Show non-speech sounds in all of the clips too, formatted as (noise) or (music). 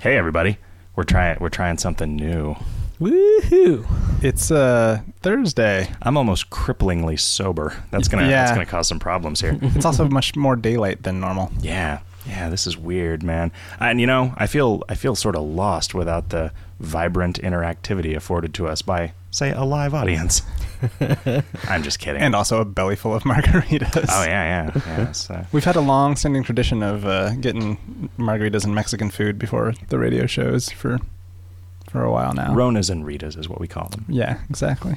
Hey everybody, we're trying we're trying something new. Woohoo! It's uh, Thursday. I'm almost cripplingly sober. That's gonna Yeah. that's gonna cause some problems (laughs) here. (laughs) It's also much more daylight than normal. yeah, yeah, this is weird, man. And you know, I feel I feel sort of lost without the vibrant interactivity afforded to us by say a live (laughs) audience. I'm just kidding. And also a belly full of (laughs) margaritas. oh yeah, yeah, yeah. (laughs) So. We've had a long standing tradition of uh, getting margaritas and Mexican food before the radio shows for for a while now. Ronas and Ritas is what we call them. Yeah, exactly.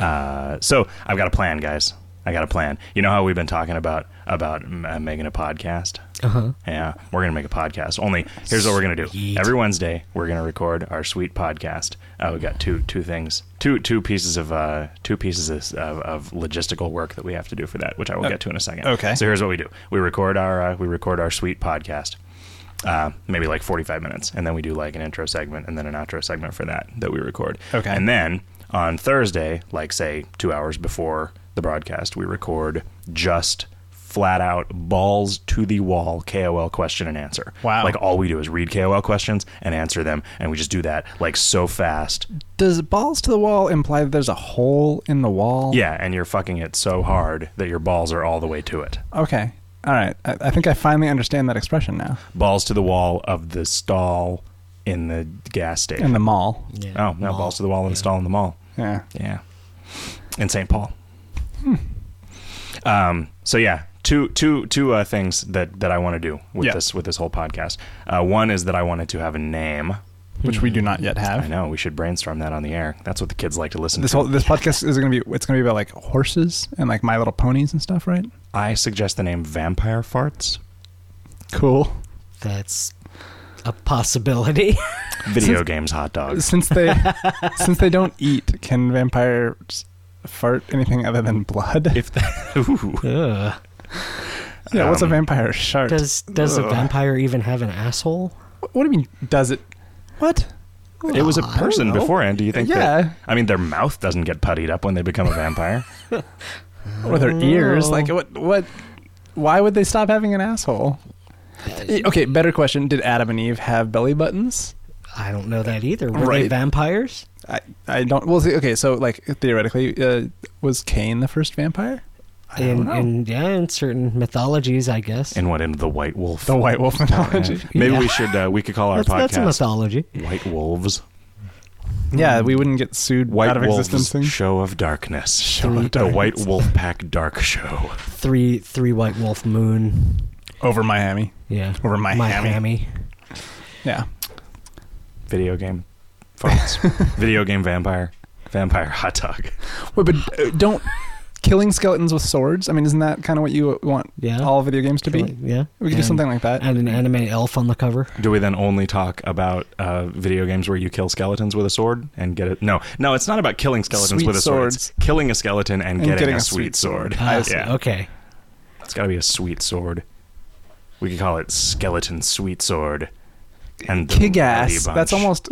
Uh, so I've got a plan, guys. I got a plan. You know how we've been talking about about uh, making a podcast? Uh huh. Yeah, we're gonna make a podcast. Only here's what we're gonna do. Every Wednesday, we're gonna record our sweet podcast. Uh, we got two two things, two two pieces of uh, two pieces of, of, of logistical work that we have to do for that, which I will get to in a second. okay. So here's what we do: we record our uh, we record our sweet podcast, uh, maybe like 45 minutes, and then we do like an intro segment and then an outro segment for that that we record. Okay. And then on Thursday, like say two hours before the broadcast, we record just flat out balls to the wall KOL question and answer. Wow. Like all we do is read KOL questions and answer them, and we just do that like so fast. Does balls to the wall imply that there's a hole in the wall? Yeah, and you're fucking it so hard that your balls are all the way to it. Okay. All right. I, I think I finally understand that expression now. Balls to the wall of the stall in the gas station. In the mall. Yeah. oh, no, Mall. balls to the wall of the stall in the mall. Yeah. Yeah. In St. Paul. Hmm. Um, so yeah, two two two uh, things that that I want to do with Yeah. this with this whole podcast. Uh, one is that I wanted to have a name. Which we do not yet I have. know we should brainstorm that on the air. That's what the kids like to listen This to. whole this podcast is gonna be it's gonna be about like horses and like My Little Ponies and stuff, right? I suggest the name Vampire Farts Cool. That's a possibility. Video (laughs) Games Hot Dogs. Uh, (laughs) Since they since they don't eat, can vampires fart anything other than blood? If that, ooh, Ugh. yeah, what's a um, vampire shark? Does does a Ugh. vampire even have an asshole? what do you mean? Does it? What? it was a I don't person know. beforehand. Do you think? Yeah. That, I mean, their mouth doesn't get puttied up when they become a vampire. Or their ears? Oh. Like what? What? Why would they stop having an asshole? Eh, Okay, better question. Did Adam and Eve have belly buttons? I don't know that either. Were they Right. vampires? I, I don't. Well, see, okay. So, like theoretically, uh, was Cain the first vampire? I don't in, know. in yeah, in certain mythologies, I guess. And what into the White Wolf? the White Wolf mythology. (laughs) Maybe Yeah. we should uh, we could call our that's, that's a podcast mythology. White Wolves. Yeah, we wouldn't get sued White out of Wolf's existence. Thing. Show of Darkness. Show of the Darkness. White Wolf Pack Dark Show. Three three white wolf moon. Over Miami. Yeah. Over Miami. Miami. Yeah. Video game farts. (laughs) Video game vampire. Vampire hot dog. Wait, but uh, don't (laughs) killing skeletons with swords? I mean, isn't that kind of what you want Yeah. all video games to be? Yeah. We could do And- something like that. And an anime elf on the cover. Do we then only talk about uh, video games where you kill skeletons with a sword and get it? No, no, it's not about killing skeletons Sweet with a sword. It's killing a skeleton and, getting, a, sweet sword. I Ah, see. (laughs) yeah, Okay. it's got to be a sweet sword. We could call it skeleton sweet sword. And the Kick Bloody ass. Bunch. (laughs) That's almost.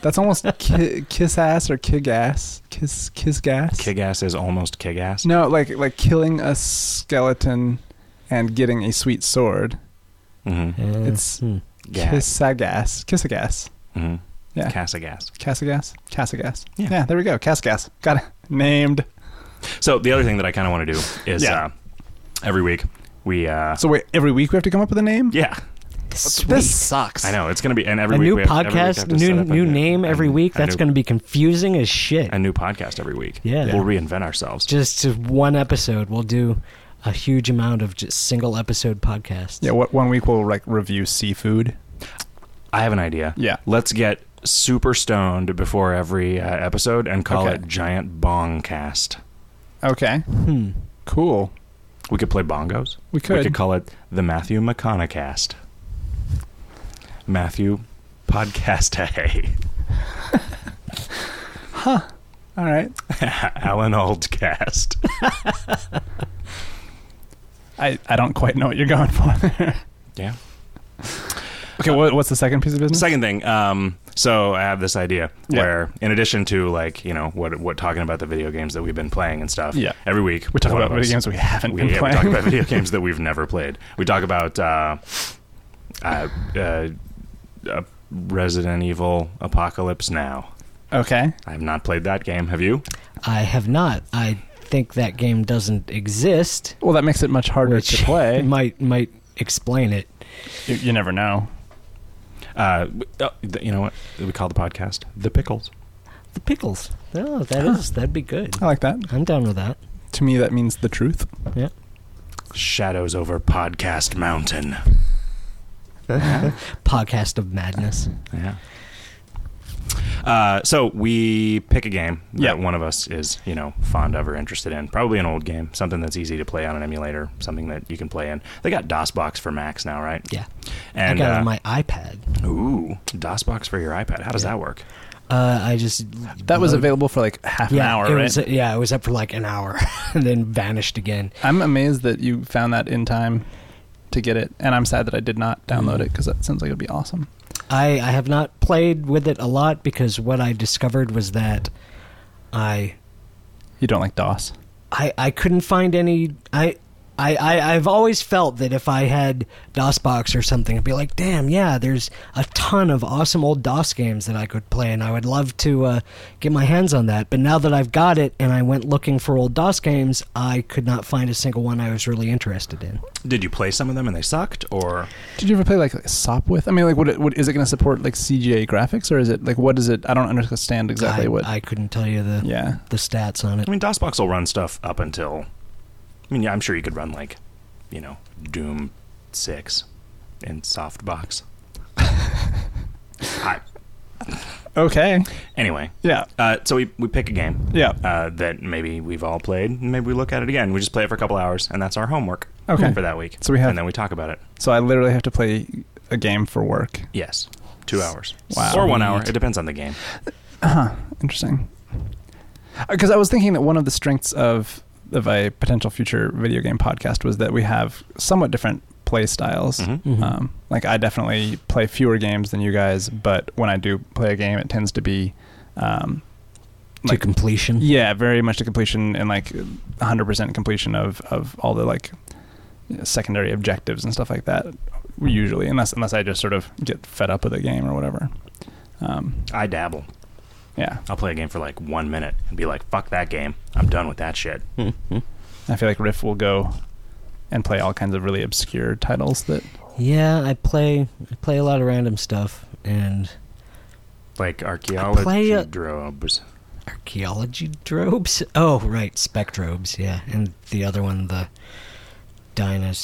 That's almost ki- kiss ass or kick ass. Kiss kiss gas. kick ass is almost kick ass. No, like like killing a skeleton and getting a sweet sword. Mm-hmm. Uh, It's- hmm. Gas. Kiss a gas. Kiss a gas. Mm-hmm. Yeah. Cassagas. Cassagas? Cassagas. Yeah. Yeah. yeah, there we go. Cassagas. Got it. Named. So the other thing that I kind of want to do is Yeah. uh, every week we uh, So wait, every week we have to come up with a name? yeah Sweet. This sucks. I know it's gonna be and every a week new we have- every week I have podcast, to set new up a new name every a- week. a That's new- going to be confusing as shit. a new podcast every week. Yeah. we'll reinvent ourselves. just to one episode, we'll do a huge amount of just single episode podcasts. Yeah, what one week we'll like review seafood. I have an idea. Yeah. let's get super stoned before every uh, episode and call Okay. it Giant Bong Cast. Okay. Hmm. Cool. We could play bongos. We could. We could call it the Matthew McConaughey Cast. Matthew Podcast (laughs) Hey, All right. Alan Old Cast. I, I don't quite know what you're going for there. Yeah. (laughs) Okay, what, what's the second piece of business? Second thing, um, so I have this idea Yeah. where, in addition to like you know what what talking about the video games that we've been playing and stuff, Yeah. every week we talk one about of video us- games we haven't We, been yeah, we playing. talk about (laughs) video games that we've never played. We talk about uh, uh, uh, uh, Resident Evil Apocalypse Now. Okay. I have not played that game. Have you? I have not. I think that game doesn't exist. Well, that makes it much harder which (laughs) to (laughs) play. might might explain it. you, you never know. Uh, uh, th- you know what we call the podcast? The Pickles. The pickles. No, that Huh. is- that'd be good. I like that. I'm down with that. To me, that means the truth. Shadows over Podcast Mountain. Podcast of madness. Yeah. Uh, so we pick a game that Yeah. one of us is, you know, fond of or interested in. Probably an old game, something that's easy to play on an emulator, something that you can play in. They got DOSBox for Macs now, right? Yeah. And I got it uh, on my iPad. ooh, DOSBox for your iPad. How does Yeah. that work? Uh, I just That was load- available for like half yeah, an hour, it right? was, yeah, it was up for like an hour (laughs) and then vanished again. I'm amazed that you found that in time to get it, and I'm sad that I did not download it because that sounds like it'd be awesome. I, I have not played with it a lot because what I discovered was that I You don't like DOS? I, I couldn't find any I I, I, I've always felt that if I had DOSBox or something, I'd be like, damn, yeah, there's a ton of awesome old DOS games that I could play, and I would love to uh, get my hands on that. But now that I've got it and I went looking for old DOS games, I could not find a single one I was really interested in. Did you play some of them and they sucked, or Did you ever play like SOP with? I mean, like, what, it- what is it going to support like CGA graphics or is it like what is it? I don't understand exactly I, what. I couldn't tell you the, yeah, the stats on it. I mean, DOSBox will run stuff up until. I mean, yeah, I'm sure you could run like, you know, Doom Six in (laughs) softbox. Hi. okay, Anyway, yeah, uh, so we we pick a game. yeah, uh, that maybe we've all played. and Maybe we look at it again. We just play it for a couple hours, and that's our homework okay. for that week. So we have- and then we talk about it. So I literally have to play a game for work. Yes, two hours Wow. or one hour. Sweet. It depends on the game. Huh. Interesting. Because I was thinking that one of the strengths of of a potential future video game podcast was that we have somewhat different play styles. Mhm. Mhm. Um, like I definitely play fewer games than you guys, but when I do play a game, it tends to be, um, to like, completion. yeah, very much to completion and like 100% completion of of all the like secondary objectives and stuff like that. Usually, unless unless I just sort of get fed up with the game or whatever. Um, I dabble. yeah, I'll play a game for like one minute and be like, "Fuck that game! I'm done with that shit." Mm-hmm. I feel like Riff will go and play all kinds of really obscure titles that Yeah, I play I play a lot of random stuff and Like archaeology play a- drobes. archaeology drobes. (laughs) Oh, right, spectrobes. Yeah, and the other one, the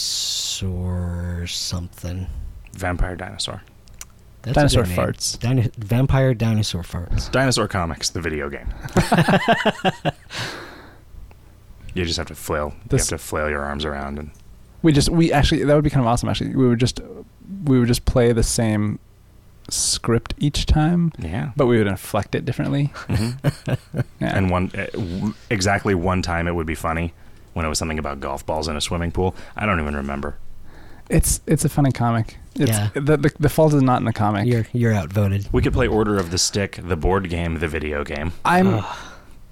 dinosaur something. Vampire Dinosaur. That's a dinosaur good name. farts. Dino- vampire dinosaur farts. Dinosaur Comics, the video (laughs) game. you just have to flail. This- you have to flail your arms around and We just we actually that would be kind of awesome. Actually, we would just we would just play the same script each time, yeah. but we would inflect it (laughs) differently. Mhm. Yeah. and one uh, w- exactly one time it would be funny when it was something about golf balls in a swimming pool. I don't even remember. it's it's a funny comic. It's, Yeah. The, the the fault is not in the comic. You're you're outvoted. We could play Order of the Stick, the board game, the video game. I'm Ugh.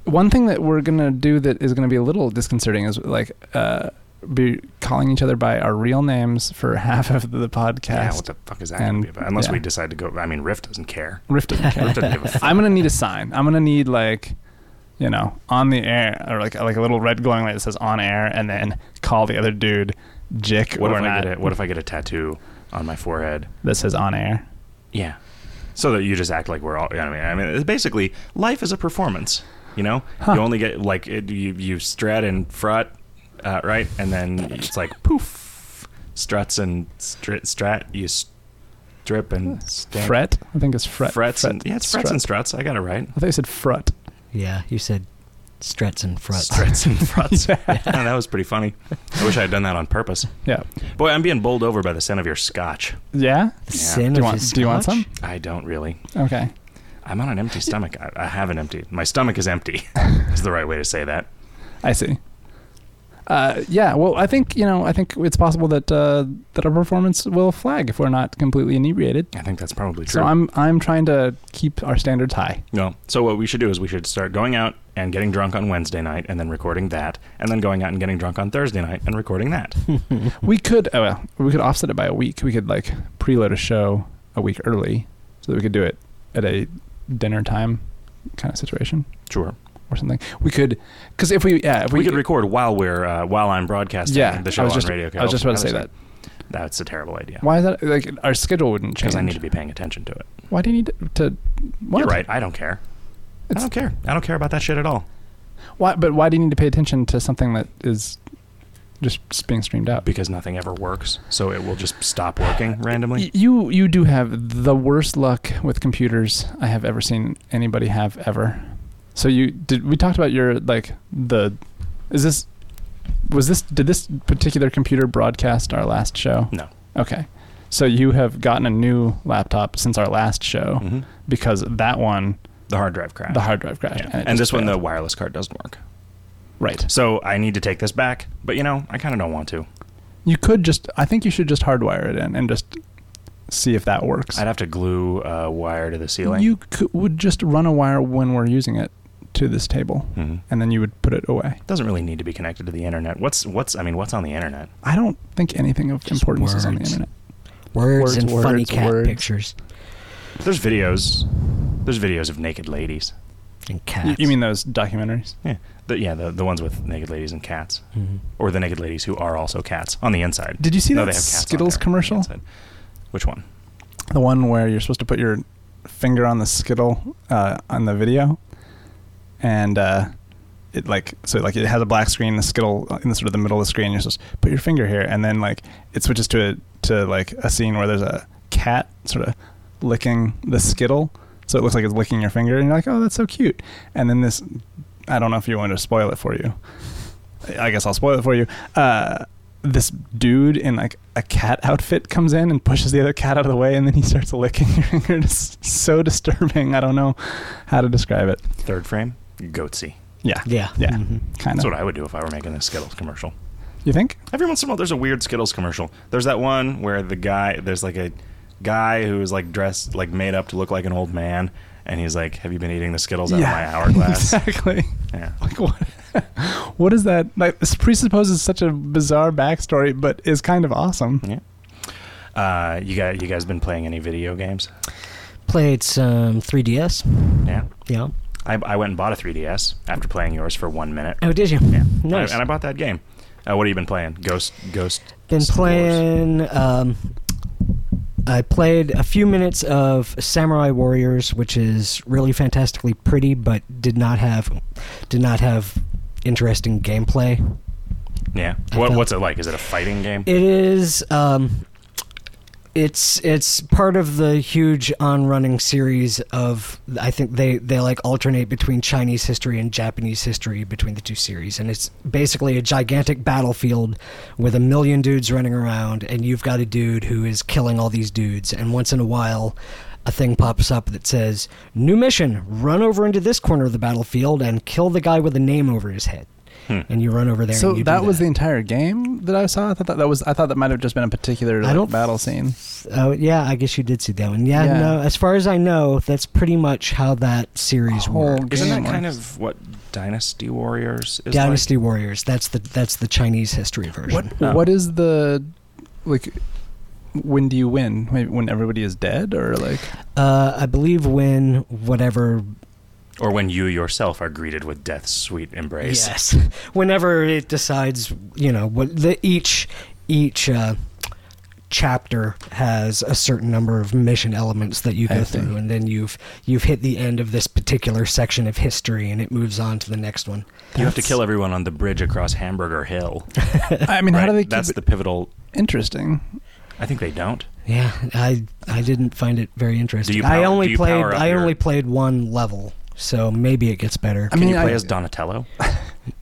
one thing that we're gonna do that is gonna be a little disconcerting is like uh, be calling each other by our real names for (laughs) half of the Yeah, what podcast. the fuck is that going And- to be about? Unless we yeah. decide to go. I mean, Rift doesn't care. (laughs) Rift doesn't care. (laughs) Rift doesn't give a fuck. I'm gonna need a sign. I'm gonna need like, you know, on the air or like like a little red glowing light that says on air, and then call the other dude, Jick What or if I not. get a, What if I get a tattoo on my forehead? that says on air? Yeah. So that you just act like we're all. I mean, I mean, it's basically life is a performance. You know, Huh. you only get like it, you you strut and frut, uh, right? And then it's like poof, struts and stri- strat. You strip and stamp. Fret, I think it's fret. frets fret, and yeah, it's frets strut. and struts. I got it right. I thought you said frut. Yeah, you said struts and fruts. Struts and frets. (laughs) Yeah, that was pretty funny. I wish I had done that on purpose. Yeah, Boy, I'm being bowled over by the scent of your scotch. yeah. The Yeah. sin Do you of want- his do you want scotch? some? I don't really. Okay. I'm on an empty stomach. I, I haven't emptied. My stomach is empty. (laughs) is the right way to say that. I see. Uh, yeah, well, I think you know. I think it's possible that uh, that our performance will flag if we're not completely inebriated. I think that's probably true. So I'm I'm trying to keep our standards high. no. So what we should do is we should start going out and getting drunk on Wednesday night and then recording that, and then going out and getting drunk on Thursday night and recording that. Hmm. We could, oh well, we could offset it by a week. We could like preload a show a week early, so that we could do it at a dinner time kind of situation Sure. or something. We could, because if we, yeah, if We, we, could record while we're uh, while I'm broadcasting yeah, the show I was on just, radio. I was just about to say that. Obviously, That's a terrible idea Why is that? Like our schedule wouldn't change. because I need to be paying attention to it. Why do you need to? to what? You're right. I don't care. I It's- don't care. I don't care about that shit at all. Why? But why do you need to pay attention to something that is just s- being streamed out? because nothing ever works, so it will just stop (sighs) working randomly. Y- You you do have the worst luck with computers I have ever seen anybody have ever. So you did we talked about your like the is this was this did this particular computer broadcast our last show? No. Okay. So you have gotten a new laptop since our last show Mhm. because that one The hard drive crashed. oh. the hard drive crashed. Yeah. it And, just this one, the failed. wireless card doesn't work. right. So I need to take this back, but you know, I kind of don't want to. You could just I think you should just hardwire it in and just see if that works. I'd have to glue a wire to the ceiling. You could, would just run a wire when we're using it to this table, Mhm. and then you would put it away. Doesn't really need to be connected to the internet. What's what's? I mean, what's on the internet? I don't think anything of Just importance is on the words. internet. Words, Words, and funny words, cat words. pictures There's videos. There's videos of naked ladies. and You, cats. you mean those documentaries? Yeah, the, yeah, the, the ones with naked ladies and cats, Mhm. or the naked ladies who are also cats on the inside. Did you see no, that they have cats on there Skittles on the commercial? inside. Which one? The one where you're supposed to put your finger on the Skittle uh, on the video, and uh, it like so like it has a black screen, the Skittle uh, in the sort of the middle of the screen. You're supposed to put your finger here, and then like it switches to a, to like a scene where there's a cat sort of licking the Skittle, so it looks like it's licking your finger, and you're like, oh, that's so cute. And then this, I don't know if you want to spoil it for you. I guess I'll spoil it for you. Uh, this dude in like a cat outfit comes in and pushes the other cat out of the way, and then he starts licking your finger. (laughs) It's so disturbing. I don't know how to describe it. Third frame? Goatsy. Yeah, yeah. yeah, Mhm. kind That's of. what I would do if I were making a Skittles commercial. You think? Every once in a while, there's a weird Skittles commercial. There's that one where the guy, there's like a guy who's like dressed, like made up to look like an old man, and he's like, "Have you been eating the Skittles out Yeah. of my (laughs) hourglass?" (laughs) exactly. yeah. Like what? (laughs) what is that? Like this presupposes such a bizarre backstory, but is kind of awesome. Yeah. Uh, you guys, you guys been playing any video games? Played some 3DS. Yeah. Yeah. I, I went and bought a 3DS after playing yours for one minute. Oh, did you? Yeah. Nice. And I, bought that game. Uh, what have you been playing? Ghost, Ghost. Been Wars. playing. Um, I played a few minutes of Samurai Warriors, which is really fantastically pretty, but did not have did not have interesting gameplay. Yeah. I What, felt- what's it like? Is it a fighting game? It is. Um, it's it's part of the huge on running series of I think they they like alternate between Chinese history and Japanese history between the two series and it's basically a gigantic battlefield with a million dudes running around and you've got a dude who is killing all these dudes and once in a while a thing pops up that says new mission run over into this corner of the battlefield and kill the guy with a name over his head Hmm. and you run over there So and you that do was the entire game that I saw. I thought that, that was. I thought that might have just been a particular I like, don't- battle scene. Oh yeah, I guess you did see that one. Yeah, Yeah. no. As far as I know, that's pretty much how that series Whole works. Oh, Isn't that game kind works. of what Dynasty Warriors is like? Dynasty Warriors. That's the that's the Chinese history version. What Oh. what is the like? When do you win? Maybe when everybody is dead, or like Uh, I believe when whatever. Or when you yourself are greeted with death's sweet embrace. Yes. (laughs) Whenever it decides, you know, what the each each uh, chapter has a certain number of mission elements that you I go see. through, and then you've you've hit the end of this particular section of history, and it moves on to the next one. You have to That's- kill everyone on the bridge across Hamburger Hill. I mean, how right? do they keep That's it the pivotal. interesting? I think they don't. Yeah, I I didn't find it very interesting. Do you I power- only do you played power up I your- only played one level, so maybe it gets better. I Can mean, you play I- as Donatello?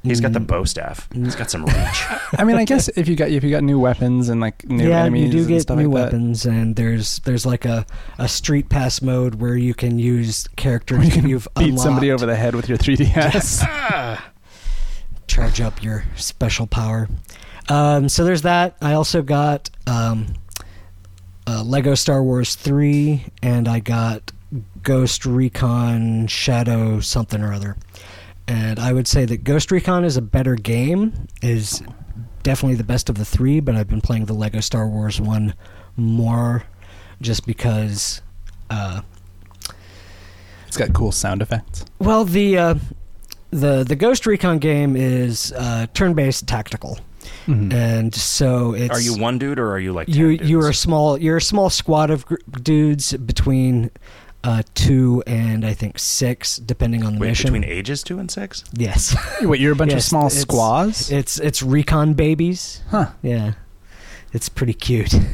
He's got the bow staff. He's got some reach. I mean, (laughs) I guess if you got if you got new weapons and like new yeah, enemies you do and get stuff new like that, weapons, and there's there's like a, a street pass mode where you can use characters where you can that you've beat unlocked, somebody over the head with your (laughs) 3ds. charge up your special power. Um, so there's that. I also got um, uh, Lego Star Wars three, and I got Ghost Recon Shadow something or other. And I would say that Ghost Recon is a better game, is definitely the best of the three, but I've been playing the Lego Star Wars one more just because uh, It's got cool sound effects. Well, the uh, the the Ghost Recon game is uh, turn-based tactical, Hmm. Mm-hmm. and so it's Are you one dude or are you like you 10 dudes? you're a small you're a small squad of gr- dudes between uh, two and I think six, depending on the Wait, mission. between ages two and six? (laughs) yes, Wait, you're a bunch Yes, of small it's- squaws? it's it's recon babies. huh. Yeah, it's pretty cute. (laughs)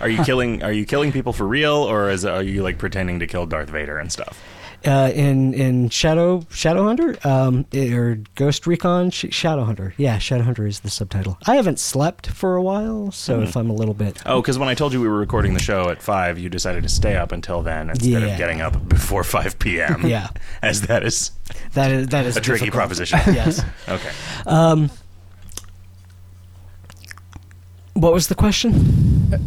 Are you killing? Are you killing people for real, or is are you like pretending to kill Darth Vader and stuff? Uh, in in Shadow Shadowhunter um, i- or Ghost Recon Sh- Shadowhunter. Yeah, Shadowhunter is the subtitle. I haven't slept for a while, so Hmm. if I'm a little bit Oh, because when I told you we were recording the show at five, you decided to stay up until then instead Yeah. of getting up before five p.m. yeah, (laughs) as that is that is that is a tricky difficult. proposition. (laughs) yes. Okay. Um, what was the question?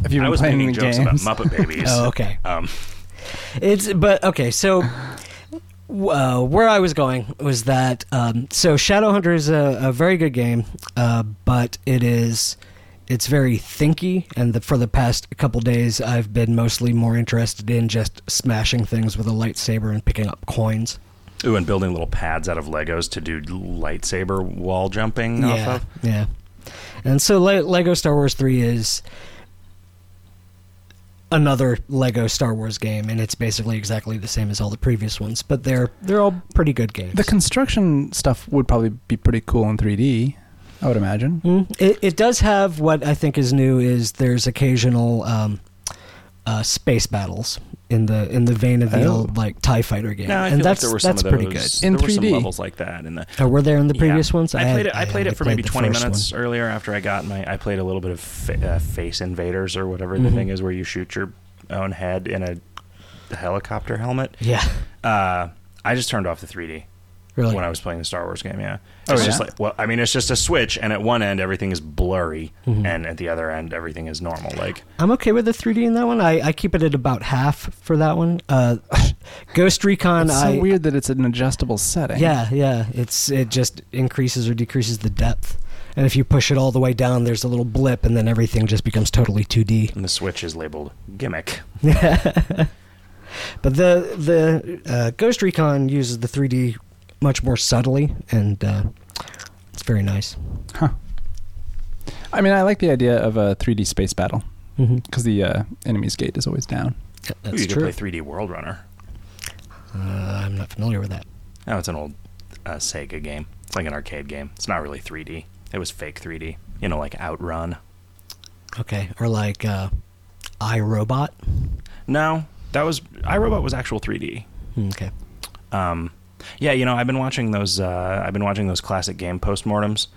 Have you been I was playing making the jokes (laughs) games? about Muppet Babies. Oh, okay. Um, It's but okay. So w- uh, where I was going was that um, so Shadowhunter is a, a very good game, uh, but it is it's very thinky. And the, for the past couple days, I've been mostly more interested in just smashing things with a lightsaber and picking up coins. ooh, and building little pads out of Legos to do lightsaber wall jumping off yeah, of. yeah. And so Le- Lego Star Wars Three is another Lego Star Wars game, and it's basically exactly the same as all the previous ones, but they're they're all pretty good games. The construction stuff would probably be pretty cool in 3D, I would imagine. Mm, it, it does have what I think is new is there's occasional um, uh, space battles in the in the vein of the Oh. old like Tie Fighter game, No, I and feel that's like there were some that's of those. pretty good. There In were some 3D. levels like that in the Oh, were there in the Yeah. previous ones? I played it. I played only it for played maybe the twenty first minutes earlier after I got my. I played a little bit of fa- uh, Face Invaders or whatever the Mhm. thing is where you shoot your own head in a helicopter helmet. one. Yeah, Uh, I just turned off the 3D really. when I was playing the Star Wars game. Yeah, Oh, it's just yeah? like well, I mean, it's just a switch, and at one end everything is blurry, Mhm. and at the other end everything is normal. Like I'm okay with the 3D in that one. I, I keep it at about half for that one. Uh, (laughs) Ghost Recon, It's so I weird that it's an adjustable setting. yeah yeah it's it just increases or decreases the depth, and if you push it all the way down, there's a little blip, and then everything just becomes totally 2D. and the Switch is labeled gimmick. (laughs) But the the uh, Ghost Recon uses the 3D much more subtly, and uh, it's very nice. I mean, I like the idea of a 3D space battle Mm-hmm. because the uh, enemy's gate is always down. Ooh, That's you true. could play 3D World Runner. Uh, I'm not familiar with that. Oh, it's an old uh, Sega game. It's like an arcade game. It's not really 3D. It was fake 3D. You know, like Outrun. Okay, or like uh, iRobot. No, that was iRobot was actual 3D. Hmm, Okay, Um, yeah, you know, I've been watching those. Uh, I've been watching those classic game postmortems.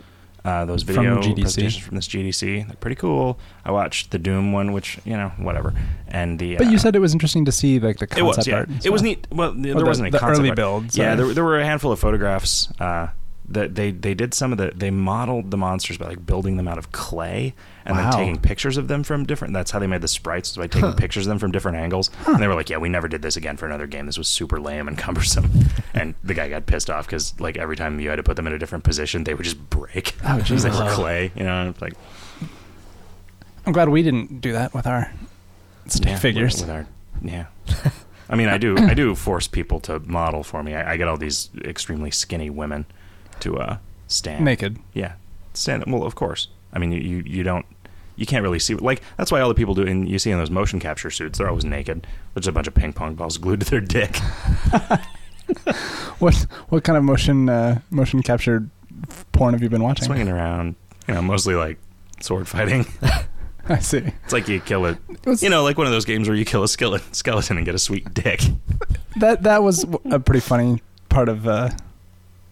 Uh, those From video GDC. presentations from this GDC. They're pretty cool. I watched the Doom one, which you know, whatever. And the But uh, you said it was interesting to see like the it concept was yeah, art. and it was stuff. neat. Well, th- there the- wasn't a the concept early art. builds, Yeah, uh, there, there were a handful of photographs. Uh, that they they did some of the they modeled the monsters by like building them out of clay and Wow. then taking pictures of them from different. That's how they made the sprites was by taking pictures of them from different angles. And they were like, "Yeah, we never did this again for another game. This was super lame and cumbersome." (laughs) and the guy got pissed off because like every time you had to put them in a different position, they would just break. (laughs) Oh, Because they were Jesus. clay, you know. and it's Like I'm glad we didn't do that with our stick yeah, with- figures. with our yeah. I mean, I do I do force people to model for me. I, I get all these extremely skinny women to uh, stand Naked. Yeah, stand. Well, of course. I mean, you, you you don't you can't really see like that's why all the people do and you see in those motion capture suits they're always naked. There's just a bunch of ping pong balls (laughs) glued to their (laughs) dick. What what kind of motion uh, motion captured porn have you been watching? swinging around. You know, mostly like sword fighting. (laughs) (laughs) I see. It's like you kill a It was- you know like one of those games where you kill a skeleton skeleton and get a sweet dick. That that was w- a pretty funny part of uh,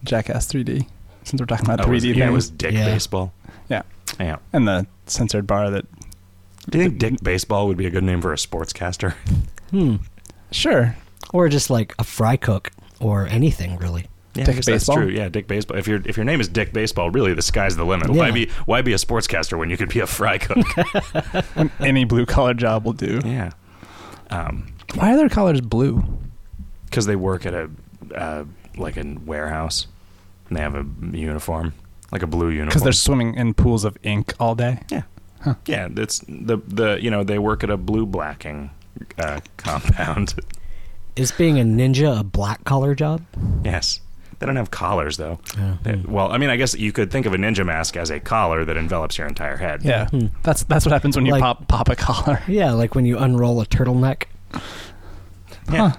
Jackass 3D. Since we're talking about Oh, 3D was it- things yeah, it was dick Yeah. baseball. Yeah. Yeah. and the censored bar that Do you think Dick Baseball would be a good name for a sportscaster? (laughs) hmm. sure or just like a fry cook or anything really. Yeah, Dick I guess Baseball? That's true. Yeah, Dick Baseball. If your if your name is Dick Baseball, really the sky's the limit. Why Yeah. be why be a sportscaster when you could be a fry (laughs) cook? when (laughs) any blue collar job will do. yeah, because Why are their collars blue? they work at a uh, like a warehouse and they have a uniform, like a blue uniform. Because they're swimming in pools of ink all day. yeah, Huh. yeah. It's the the you know they work at a blue blacking uh, compound. (laughs) Is being a ninja a black collar job? yes. They don't have collars though. They- well, I mean, I guess you could think of a ninja mask as a collar that envelops your entire head. Yeah, Hmm. that's that's what happens when you Like- pop pop a (laughs) collar. Yeah, like when you unroll a turtleneck. Yeah,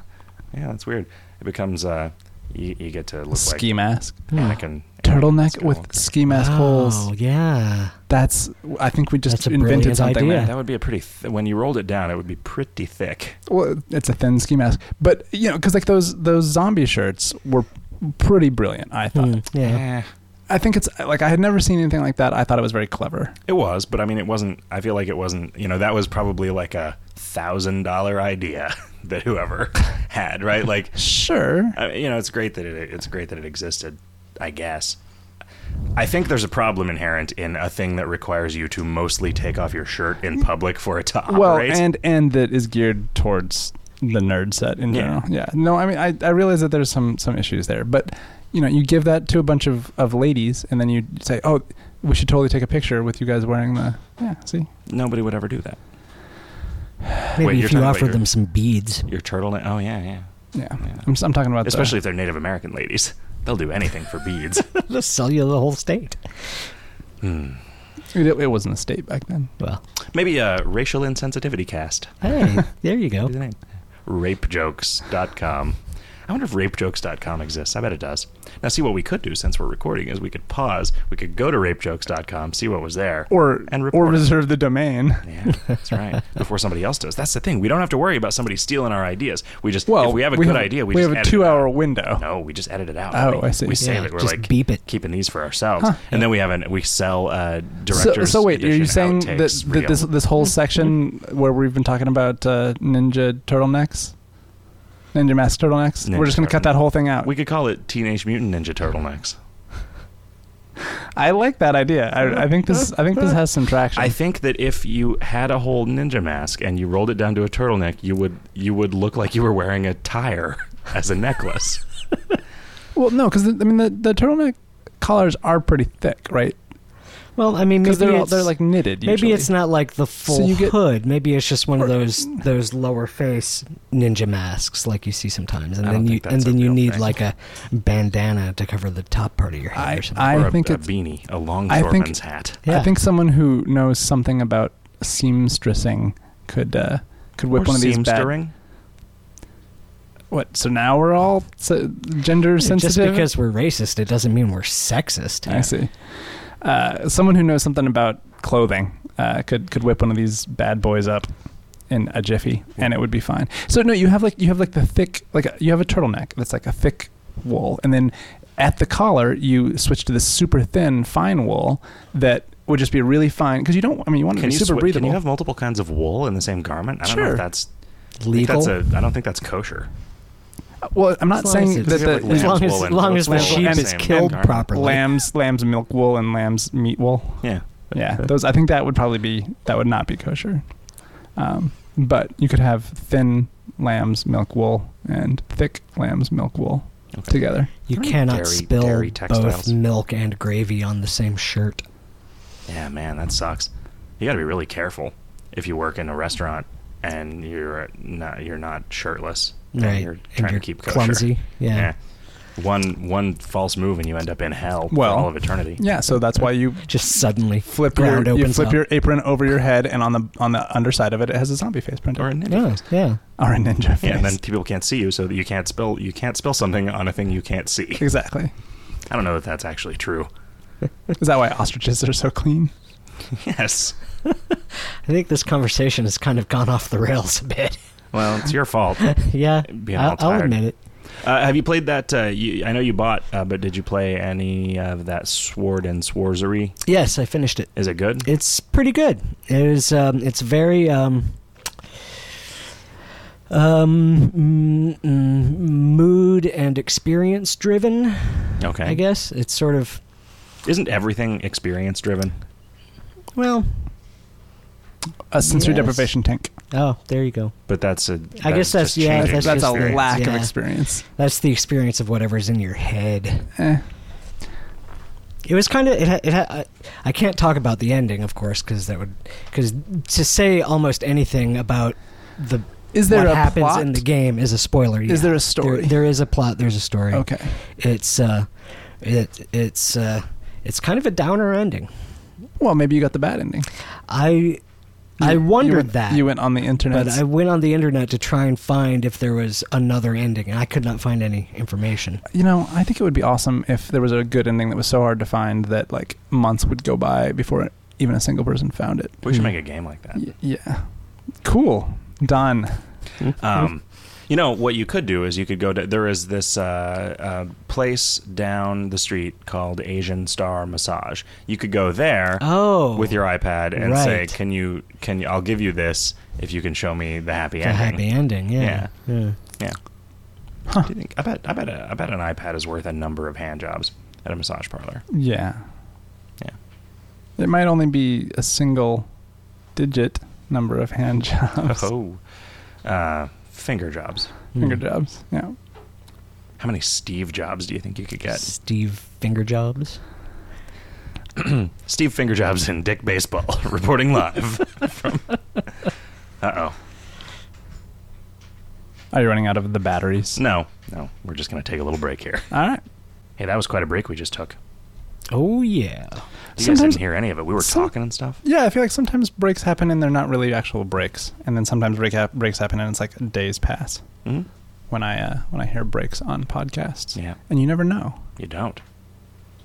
yeah that's weird. It becomes uh, you, you get to look Ski mask, like Anakin. Hmm. turtleneck Skywalker. with ski mask Oh, holes. yeah. That's I think we just That's a invented brilliant something idea. there. That would be a pretty. Th- when you rolled it down, it would be pretty thick. well, it's a thin ski mask, but you know, because like those those zombie shirts were pretty brilliant. I thought. Hmm, Eh, yeah. I think it's like I had never seen anything like that. I thought it was very clever. it was, but I mean, it wasn't. I feel like it wasn't. You know, that was probably like a thousand dollar idea (laughs) that whoever had, right? Like, Sure. I mean, you know, it's great that it it's great that it existed. I guess. I think there's a problem inherent in a thing that requires you to mostly take off your shirt in public for it to operate. Mm. Well, and and that is geared towards the nerd set in Yeah. general. Yeah. No, I mean, I, I realize that there's some some issues there, but you know, you give that to a bunch of of ladies, and then you say, oh, we should totally take a picture with you guys wearing the yeah. See, nobody would ever do that. Maybe Wait, you're if you talking about offered your- them some (laughs) beads. Your turtleneck. Oh yeah, yeah. yeah. Yeah. I'm, s am talking about the- Especially if they're Native American ladies, they'll do anything for (laughs) beads. They'll sell you the whole state. Hmm. it, it wasn't a state back then. (laughs) Well, Maybe a racial insensitivity cast. hey, there you go. What's the name? Rapejokes.com. I wonder if rapejokes.com exists. I bet it does. Now, see what we could do since we're recording is we could pause. We could go to rapejokes.com, see what was there, Or and or report. it. reserve the domain. yeah, that's (laughs) right. Before somebody else does. That's the thing. We don't have to worry about somebody stealing our ideas. We just Well, if we have a good idea, we, we just have a edit it two hour out. window. No, we just edit it out. Oh, we, I see. We save Yeah, it. We're just like beep it. keeping these for ourselves, Huh. and then we have an we sell uh, So, directors. so wait, are you edition saying that, outtakes that reel. this this Mm-hmm. whole section where we've been talking about uh, ninja turtlenecks, ninja mask turtlenecks, Ninja we're just going to cut turtleneck. that whole thing out? we could call it Teenage Mutant Ninja Turtlenecks? I like that idea. I, I think this I think this has some traction. I think that if you had a whole ninja mask and you rolled it down to a turtleneck, you would you would look like you were wearing a tire (laughs) as a necklace. well, no, because I mean the, the turtleneck collars are pretty thick, right? Well, I mean, maybe Because they're all, it's, they're like knitted. maybe usually. it's not like the full you get- hood. Maybe it's just one of those those lower face ninja masks like you see sometimes, and I don't then you think and that's a then you real need thing. like a bandana to cover the top part of your head I or something. (laughs) I or a, think a it's beanie, a I think- longshoreman's hat. yeah. I think someone who knows something about seamstressing could uh, could whip Or one of these bad seamstering. What? So now we're all se- gender just sensitive. because we're racist, it doesn't mean we're sexist. I see. Uh, someone who knows something about clothing uh, could could whip one of these bad boys up in a jiffy, and it would be fine. So no, you have like you have like the thick like you have a turtleneck that's like a thick wool, and then at the collar you switch to this super thin fine wool that would just be really fine because you don't. I mean, you want it to Can be you, Mm, super swi- breathable. can you have multiple kinds of wool in the same garment? I don't know Sure. if that's I Legal. think that's a, I don't think that's kosher. well, I'm not As long as saying it's- that You have, the like, as long lamb's as, wool as, and long as the lamb's wool sheep in the is same killed garment. properly. lambs lambs milk wool and lambs meat wool. Yeah. yeah those i think that would probably be that would not be kosher um, but you could have thin lamb's milk wool and thick lamb's milk wool Okay. together You Right. cannot Dairy- spill dairy both textiles. milk and gravy on the same shirt. Yeah, man, that sucks. You got to be really careful if you work in a restaurant and you're not you're not shirtless. Right. And you're And trying you're to keep kosher. clumsy. Yeah. One one false move and you end up in hell Well, for all of eternity. yeah so that's why you Just suddenly flip your ground you opens flip up. your apron over your head and on the on the underside of it it has a zombie face printed Or a ninja. yeah, face. yeah. or a ninja face Yeah, and then people can't see you, so that you can't spill you can't spill something on a thing you can't see. exactly I don't know that that's actually true. (laughs) is that why ostriches are so clean Yes. I think this conversation has kind of gone (laughs) off the rails a bit. (laughs) Well, it's your fault. yeah, Being all I'll, I'll tired. admit it. Uh, have you played that? Uh, you, I know you bought, uh, but did you play any of that Sword and Sworzery? Yes, I finished it. Is it good? It's pretty good. It is. Um, it's very. Um, um mm, mm, mood and experience driven okay. i guess it's sort of Isn't everything experience driven? well a sensory Yes. deprivation tank oh there you go But that's a. I guess that's- just yeah, changing That's that's, the a just- experience. lack of yeah. experience that's the experience of whatever's in your head eh. it was kind of it, ha- it ha- I- i can't talk about the ending of course because that would because to say almost anything about the Is there what a happens plot? in the game is a spoiler. Is yeah. there a There- story? there is a plot. There's a story. okay. It's uh, it it's uh, it's kind of a downer ending. Well, maybe you got the bad ending. I I You- you wondered went- that. You went on the internet. but I went on the internet to try and find if there was another ending, and I could not find any information. you know, I think it would be awesome if there was a good ending that was so hard to find that like months would go by before even a single person found it. We should Mm. make a game like that. Y- yeah. Cool. Done. Um, you know what you could do is you could go to there is this uh, uh, place down the street called Asian Star Massage. You could go there Oh, with your iPad and say, right. "Can you? Can you? I'll give you this if you can show me the happy the ending." happy ending. Yeah. yeah. Yeah. Huh. Do you think? I bet. I bet. A, I bet an iPad is worth a number of hand jobs at a massage parlor. Yeah. Yeah. There might only be a single digit number of hand (laughs) jobs. Oh, uh, finger jobs. Finger Mm. jobs. Yeah. How many Steve Jobs do you think you could get? Steve Finger Jobs. Steve Finger Jobs and Dick Baseball (laughs) reporting live. from, (laughs) uh oh. Are you running out of the batteries? No, no. We're just gonna take a little break here. All right. Hey, that was quite a break we just took. Oh yeah. You guys Sometimes- didn't hear any of it. We were some- talking and stuff. Yeah, I feel like sometimes breaks happen and they're not really actual breaks, and then sometimes break hap- breaks happen and it's like days pass hmm when I uh, when I hear breaks on podcasts. Yeah. and you never know. You don't.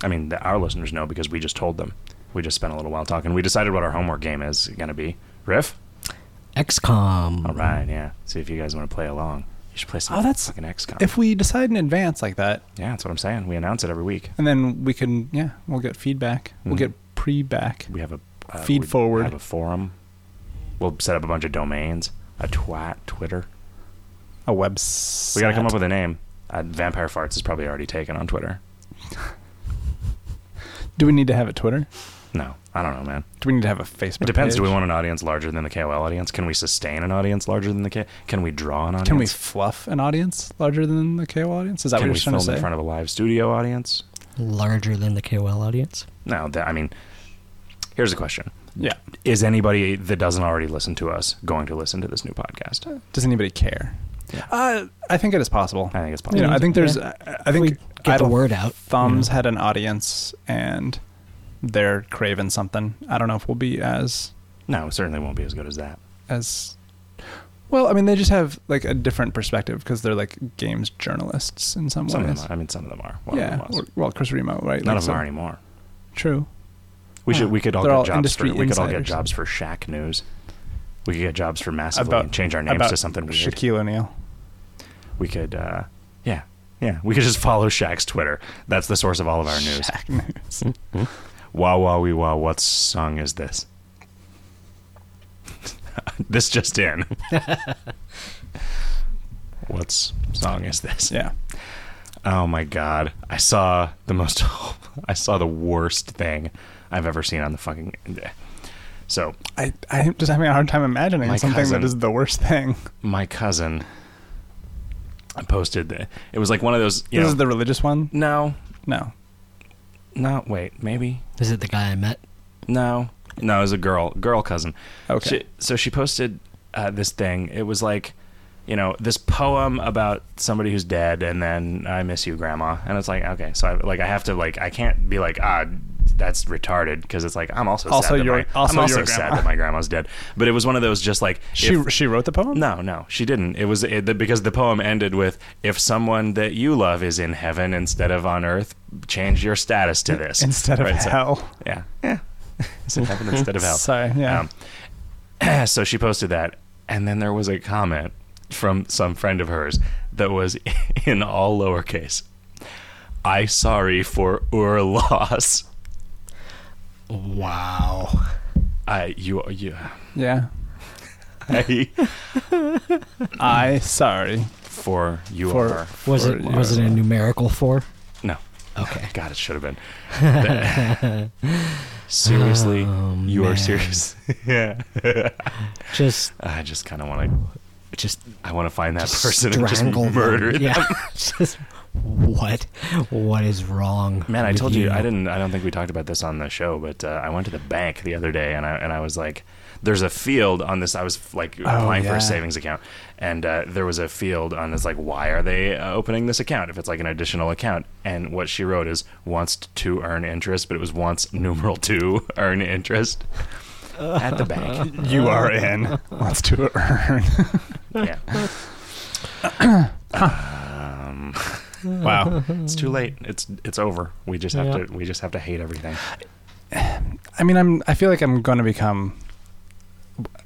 I mean, the, our listeners know because we just told them. We just spent a little while talking. We decided what our homework game is going to be. Riff? XCOM. All right, yeah. See if you guys want to play along. You should play some Oh, that's- fucking XCOM. If we decide in advance like that, yeah, that's what I'm saying. We announce it every week. and then we can yeah, we'll get feedback. We'll Mhm. get pre back. We have a uh, Feed we forward. Have a forum. We'll set up a bunch of domains. A twat Twitter. A website. We got to come up with a name. Uh, Vampire farts is probably already taken on Twitter. Do we need to have a Twitter? No, I don't know, man. Do we need to have a Facebook? It depends. Do we page? want an audience larger than the KOL audience? Can we sustain an audience larger than the K? Can we draw an audience? Can we fluff an audience larger than the KO audience? Is that Can what we you're trying film to say? in front of a live studio audience? Larger than the KOL audience. No, that, I mean, here's a question: yeah. Is anybody that doesn't already listen to us going to listen to this new podcast? Does anybody care? Yeah. Uh, I think it is possible. I think it's possible. You know, I think there's. Yeah. I, I think we get the Idle word out. Thumbs had an audience, and they're craving something. I don't know if we'll be as No, it certainly won't be as good as that. as. Well, I mean, they just have like a different perspective because they're like games journalists in some Some of ways. them, I mean, some of them are. One of yeah. them was. or- well, Chris Remo, right? none Like, of them so- are anymore. True. We Yeah. should. We could all They're get all jobs for. industry We could all get insiders. jobs for Shack News. We could get jobs for massively About- and change our names About to something weird. Shaquille O'Neal. We could. Uh, yeah, yeah. We could just follow Shaq's Twitter. That's the source of all of our news. (laughs) Shaq news. Wah wah wee wah. What song is this? (laughs) this just in. (laughs) what song is this? yeah. Oh my god! I saw the most. (laughs) I saw the worst thing I've ever seen on the fucking. So I, I'm just having a hard time imagining My something cousin- that is the worst thing. my cousin posted the, it was like one of those. You This know, is the religious one? no, No. no. Wait, maybe Is it the guy I met? no, no. It was a girl, girl cousin. Okay. She, so she posted uh, this thing. It was like, you know, this poem about somebody who's dead, and then I miss you, grandma. And it's like, okay, so I like I have to like I can't be like ah. That's retarded because it's like I'm also, Also sad that your- my, also I'm your also sad grandma. that my grandma's dead. But it was one of those just like She, if- she wrote the poem? No, no, she didn't. It was it, the, because the poem ended with "If someone that you love is in heaven instead of on earth, change your status to this Instead of Right, so- hell. yeah, yeah, (laughs) it's in heaven instead of hell. Sorry. Yeah. Um, (clears throat) so she posted that, and then there was a comment from some friend of hers that was (laughs) in all lowercase. I sorry for your loss. Wow. I you you. yeah. I I sorry. for you For- are Was Or uh, it you was are- it a numerical four? no. Okay. (laughs) (laughs) God, it should have been. (laughs) seriously, Oh, you are man. serious. (laughs) (laughs) yeah, Just I just kind of want to. just I want to find that person and just strangle them. murder them. Yeah. (laughs) just what what is wrong? Man, I with told you I didn't. I don't think we talked about this on the show, but uh, I went to the bank the other day, and I and I was like, there's a field on this. I was like Oh, applying for yeah. a savings account, and uh, there was a field on this like, why are they uh, opening this account if it's like an additional account? And what she wrote is wants to earn interest, but it was wants (laughs) numeral two earn interest at the (laughs) bank. You are in. (laughs) Let's do it. (laughs) Earn. Yeah. um, wow. it's too late. It's it's over. We just have Yeah. to we just have to hate everything. I mean, I'm. I feel like I'm going to become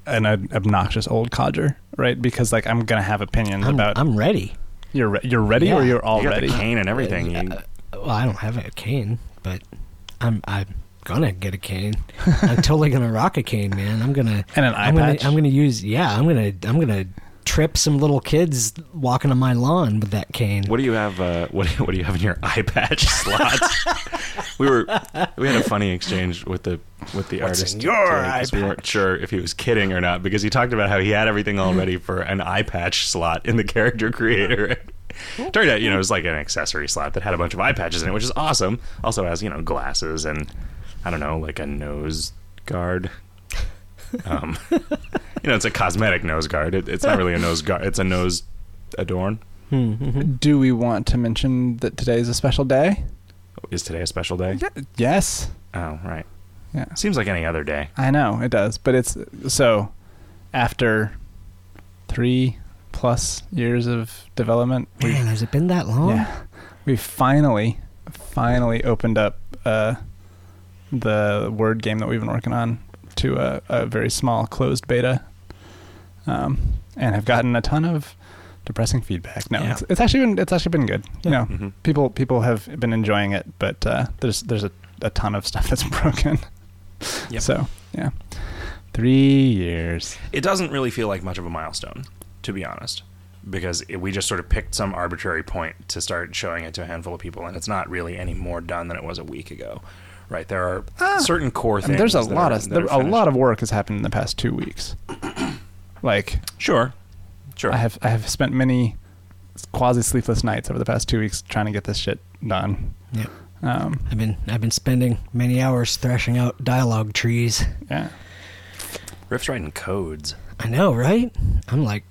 an ob- obnoxious old codger, right? Because like I'm going to have opinions I'm, about I'm ready. you're. Re- you're ready or Yeah. you're You got already. the cane and everything. You- Well, I don't have a cane, but I'm I'm gonna get (laughs) a cane. I'm totally gonna rock a cane, man. I'm gonna And an eye I'm gonna, patch. I'm gonna use yeah. I'm gonna I'm gonna trip some little kids walking on my lawn with that cane. What do you have? Uh, (laughs) what What do you have in your eye patch (laughs) slots? we were we had a funny exchange with the with the What's artist. in your today 'cause eye we weren't sure if he was kidding or not because he talked about how he had everything Mm-hmm. all ready for an eye patch slot in the character creator. Turned out, you know, it was like an accessory slot that had a bunch of eye patches in it, which is awesome. Also has you know glasses and I don't know, like a nose guard. (laughs) Um, you know, it's a cosmetic nose guard. It, it's not really a nose guard. It's a nose adorn. Do we want to mention that today is a special day? Is today a special day? Yes. Oh, right. Yeah. Seems like any other day. I know it does, but it's so after three plus years of development, we Man, has it been that long? yeah, we finally finally opened up uh, the word game that we've been working on to a, a very small closed beta, um, and have gotten a ton of depressing feedback. No, Yeah. it's, it's actually been it's actually been good. You know, Mhm. people people have been enjoying it, but uh, there's there's a, a ton of stuff (laughs) that's broken. Yep. So yeah, three years. It doesn't really feel like much of a milestone, to be honest, because it, we just sort of picked some arbitrary point to start showing it to a handful of people, and it's not really any more done than it was a week ago. Right? There are certain core Ah. I things. mean, there's a that lot are- of that are there, a lot finished. of work has happened in the past two weeks. like Sure. Sure. I have I have spent many quasi sleepless nights over the past two weeks trying to get this shit done. Yep. Um, I've been I've been spending many hours thrashing out dialogue trees. yeah. Riff's writing codes. I know, right? I'm like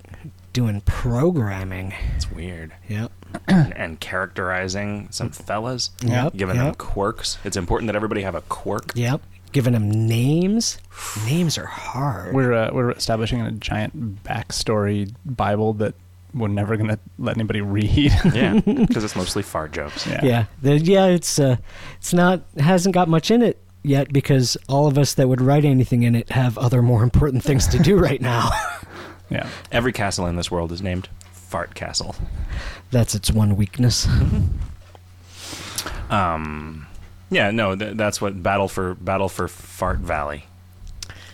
doing programming. It's weird. (sighs) Yep. and, and characterizing some fellas, Yep, giving them yep. quirks. It's important that everybody have a quirk. (laughs) Yep. Giving them names. Names are hard. We're uh, we're establishing a giant backstory Bible that we're never gonna let anybody read. (laughs) Yeah, because it's mostly fart jokes. yeah. yeah The- yeah it's uh it's not hasn't got much in it yet because all of us that would write anything in it have other more important things to do right now (laughs) Yeah. Every castle in this world is named Fart Castle. that's its one weakness Um, yeah, no, th- that's what battle for battle for Fart Valley.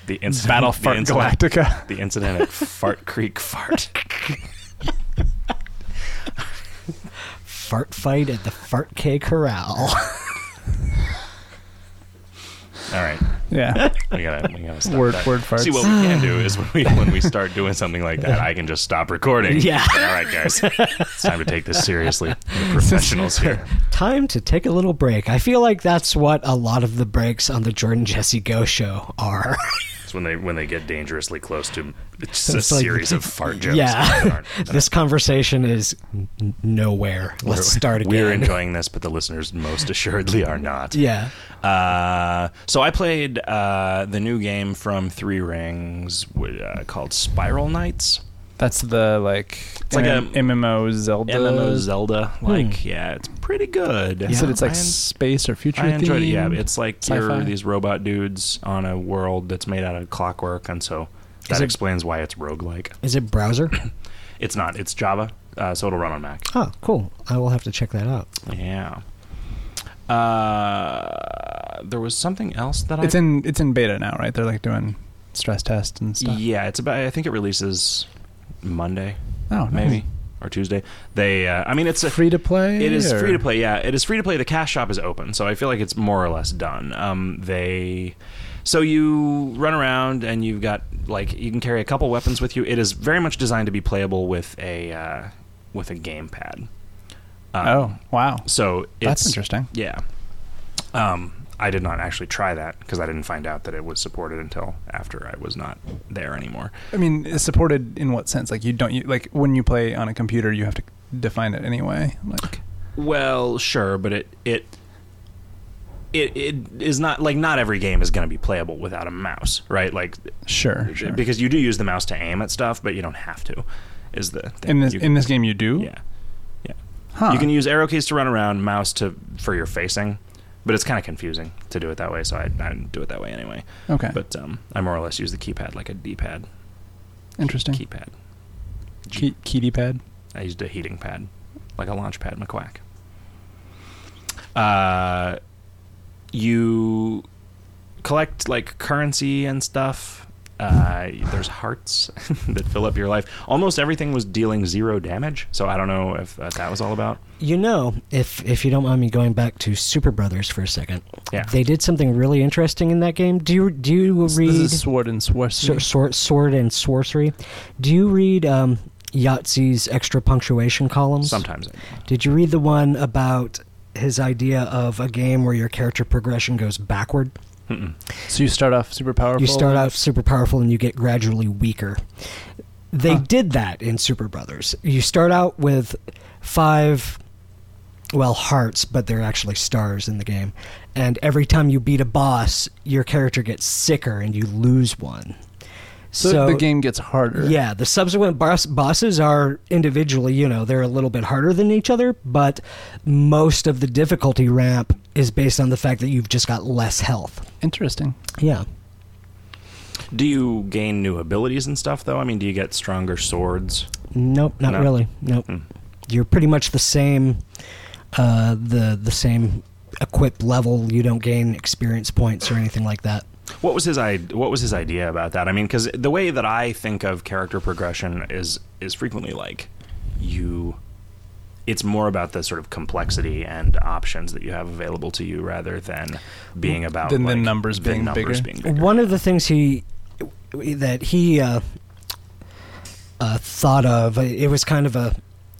The (laughs) incident, (laughs) Battle the Fart incident- Galactica. (laughs) The incident at Fart Creek Fart. fart fight at the fart k corral (laughs) All right, (laughs) Yeah. we gotta we gotta stop word that. word farts. See what we can do is when we when we start doing something like that, I can just stop recording. Yeah. All right, guys, it's time to take this seriously. (laughs) We're professionals here. time to take a little break i feel like that's what a lot of the breaks on the jordan jesse go show are (laughs) It's when they when they get dangerously close to it's just It's a like- series of fart jokes. (laughs) that (laughs) yeah aren't- this conversation is n- nowhere let's start again We're enjoying this, but the listeners most assuredly are not. yeah Uh, so I played uh, the new game from Three Rings wi- uh, called Spiral Knights. That's the like it's like a- MMO Zelda. MMO Zelda, like yeah, it's pretty good. Hmm. You said it's like I en- space or future. I enjoyed it. Yeah, themed? it's like sci-fi? you're these robot dudes on a world that's made out of clockwork, and so that it- explains why it's roguelike. is (clears throat) it browser It's not. It's Java, uh, so it'll run on Mac. oh cool i will have to check that out Oh. Yeah. Uh, there was something else that it's I. in it's in beta now, right? They're like doing stress tests and stuff. yeah, it's about. I think it releases Monday, Oh, nice. maybe or Tuesday. They. Uh, I mean, it's a. free to play. It is or- free to play. Yeah, it is free to play. The cash shop is open, so I feel like it's more or less done. Um, they, so you run around and you've got like you can carry a couple weapons with you. It is very much designed to be playable with a uh, with a gamepad. Um, Oh wow, so it's, that's interesting. Yeah. Um, I did not actually try that because I didn't find out that it was supported until after I was not there anymore. I mean, it's supported in what sense? Like you don't you, like when you play on a computer, you have to define it anyway. Like Well, sure, but it it it, it is not like not every game is going to be playable without a mouse, right? Like sure, sure. because you do use the mouse to aim at stuff, but you don't have to. Is the thing. in this You- in this game you do. yeah yeah Huh. you can use arrow keys to run around, mouse to for your facing, but it's kind of confusing to do it that way, so I, I didn't do it that way anyway. Okay. But um, I more or less use the keypad like a D-pad Interesting. keypad. Key, key pad. I used a heating pad, like a launch pad McQuack. Uh, you collect like currency and stuff. Uh, there's hearts (laughs) that fill up your life. Almost everything was dealing zero damage, so I don't know if uh, that was all about. You know, if if you don't mind me going back to Super Brothers for a second, Yeah. they did something really interesting in that game. Do you do you read This is sword and sword. Sor- Sor- sword and sorcery? Do you read um, Yahtzee's extra punctuation columns? Sometimes Did you read the one about his idea of a game where your character progression goes backward? So you start off super powerful. You start out super powerful and you get gradually weaker. They Huh. did that in Super Brothers. You start out with five, well, hearts, but they're actually stars in the game. And every time you beat a boss, your character gets sicker and you lose one. So, the game gets harder. Yeah, the subsequent boss, bosses are individually, you know, they're a little bit harder than each other, but most of the difficulty ramp is based on the fact that you've just got less health. Interesting. Yeah. I do. You gain new abilities and stuff, though. I mean, do you get stronger swords? Nope, not No. really. Nope. Hmm. You're pretty much the same uh the the same equip level. You don't gain experience points or anything like that. What was his I- What was his idea about that? I mean, because the way that I think of character progression is is frequently like you. It's more about the sort of complexity and options that you have available to you, rather than being about Than the like, numbers the being numbers bigger. being bigger. One of the things he that he uh, uh, thought of it was kind of a,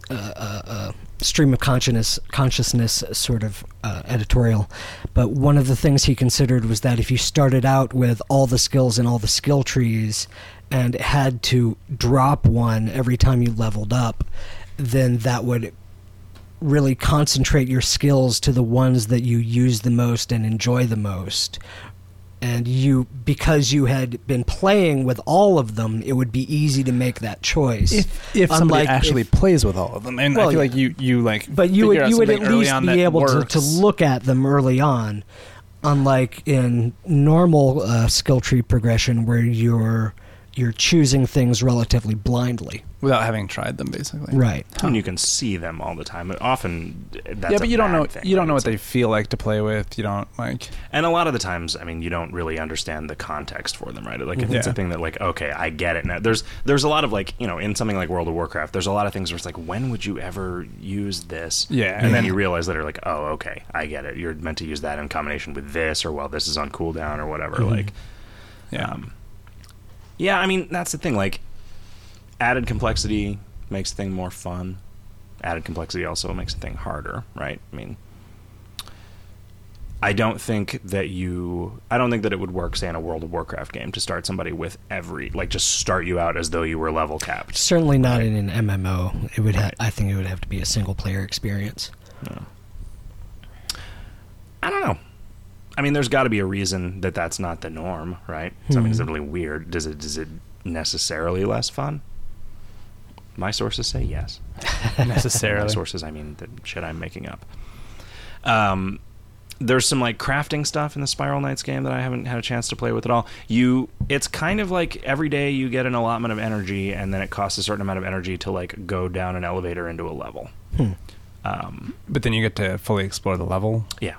a, a, a stream of consciousness consciousness sort of uh, editorial, but one of the things he considered was that if you started out with all the skills and all the skill trees and had to drop one every time you leveled up, then that would really concentrate your skills to the ones that you use the most and enjoy the most and you because you had been playing with all of them it would be easy to make that choice If if somebody Unlike actually if- plays with all of them, and Well, I feel yeah. like you you like. but you figure would out you would at something early least on be that able to, works. to look at them early on unlike in normal uh, skill tree progression where you're you're choosing things relatively blindly without having tried them, basically. right And you can see them all the time. But often, that's yeah, a but you don't bad know thing, you don't right? know what It's- they feel like to play with. You don't like. And a lot of the times, I mean, you don't really understand the context for them, right? Like if it's a Yeah. thing that, like, okay, I get it now. There's there's a lot of like, you know, in something like World of Warcraft, there's a lot of things where it's like, when would you ever use this? Yeah, and and then then- you realize later, like, oh, okay, I get it. You're meant to use that in combination with this, or while this is on cooldown, or whatever. Like, Yeah. um, yeah, I mean, that's the thing. Like, added complexity makes the thing more fun. Added complexity also makes the thing harder, right? I mean, I don't think that you. I don't think that it would work, say, in a World of Warcraft game to start somebody with every. Like, just start you out as though you were level capped. certainly not in an mmo it would ha- i think it would have to be a single player experience I don't know. I mean, there's got to be a reason that that's not the norm, right? Something's really weird. Does it? Is it necessarily less fun? My sources say yes. By necessarily. sources, I mean the shit I'm making up. Um, there's some like crafting stuff in the Spiral Knights game that I haven't had a chance to play with at all. You, it's kind of like every day you get an allotment of energy, and then it costs a certain amount of energy to like go down an elevator into a level. Um, But then you get to fully explore the level. yeah.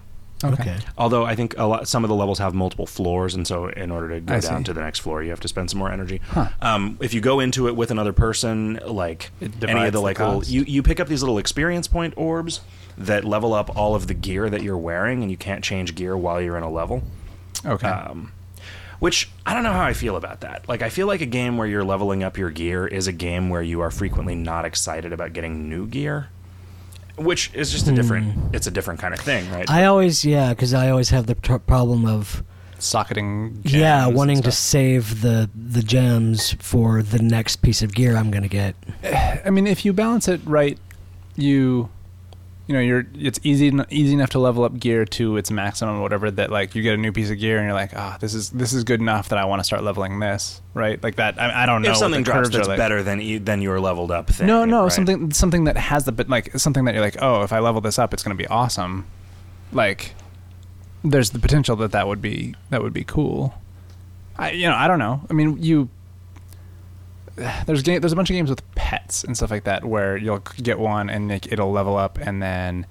Although I think a lot, some of the levels have multiple floors, and so in order to go I down see. to the next floor, you have to spend some more energy. Huh. Um, if you go into it with another person, like It any of the divides the like little, cost. you you pick up these little experience point orbs that level up all of the gear that you're wearing, and you can't change gear while you're in a level. Okay. Um, which I don't know how I feel about that. Like I feel like a game where you're leveling up your gear is a game where you are frequently not excited about getting new gear. which is just a different. Hmm. It's a different kind of thing, right? I always, yeah, because I always have the tr- problem of socketing. yeah wanting to save the the gems for the next piece of gear I'm gonna get. I mean, if you balance it right, you, you know, you're it's easy en- easy enough to level up gear to its maximum, or whatever. That like you get a new piece of gear and you're like, ah, this is this is good enough that I want to start leveling this, right? Like that. I, I don't know. if what something the drops curves are that's like. better than e- than your leveled up thing. No, no, right? something something that has the but like something that you're like, oh, if I level this up, it's going to be awesome. Like, there's the potential that that would be that would be cool. I you know I don't know. I mean you. (sighs) There's game, there's a bunch of games with pets and stuff like that where you'll get one and like, it'll level up and then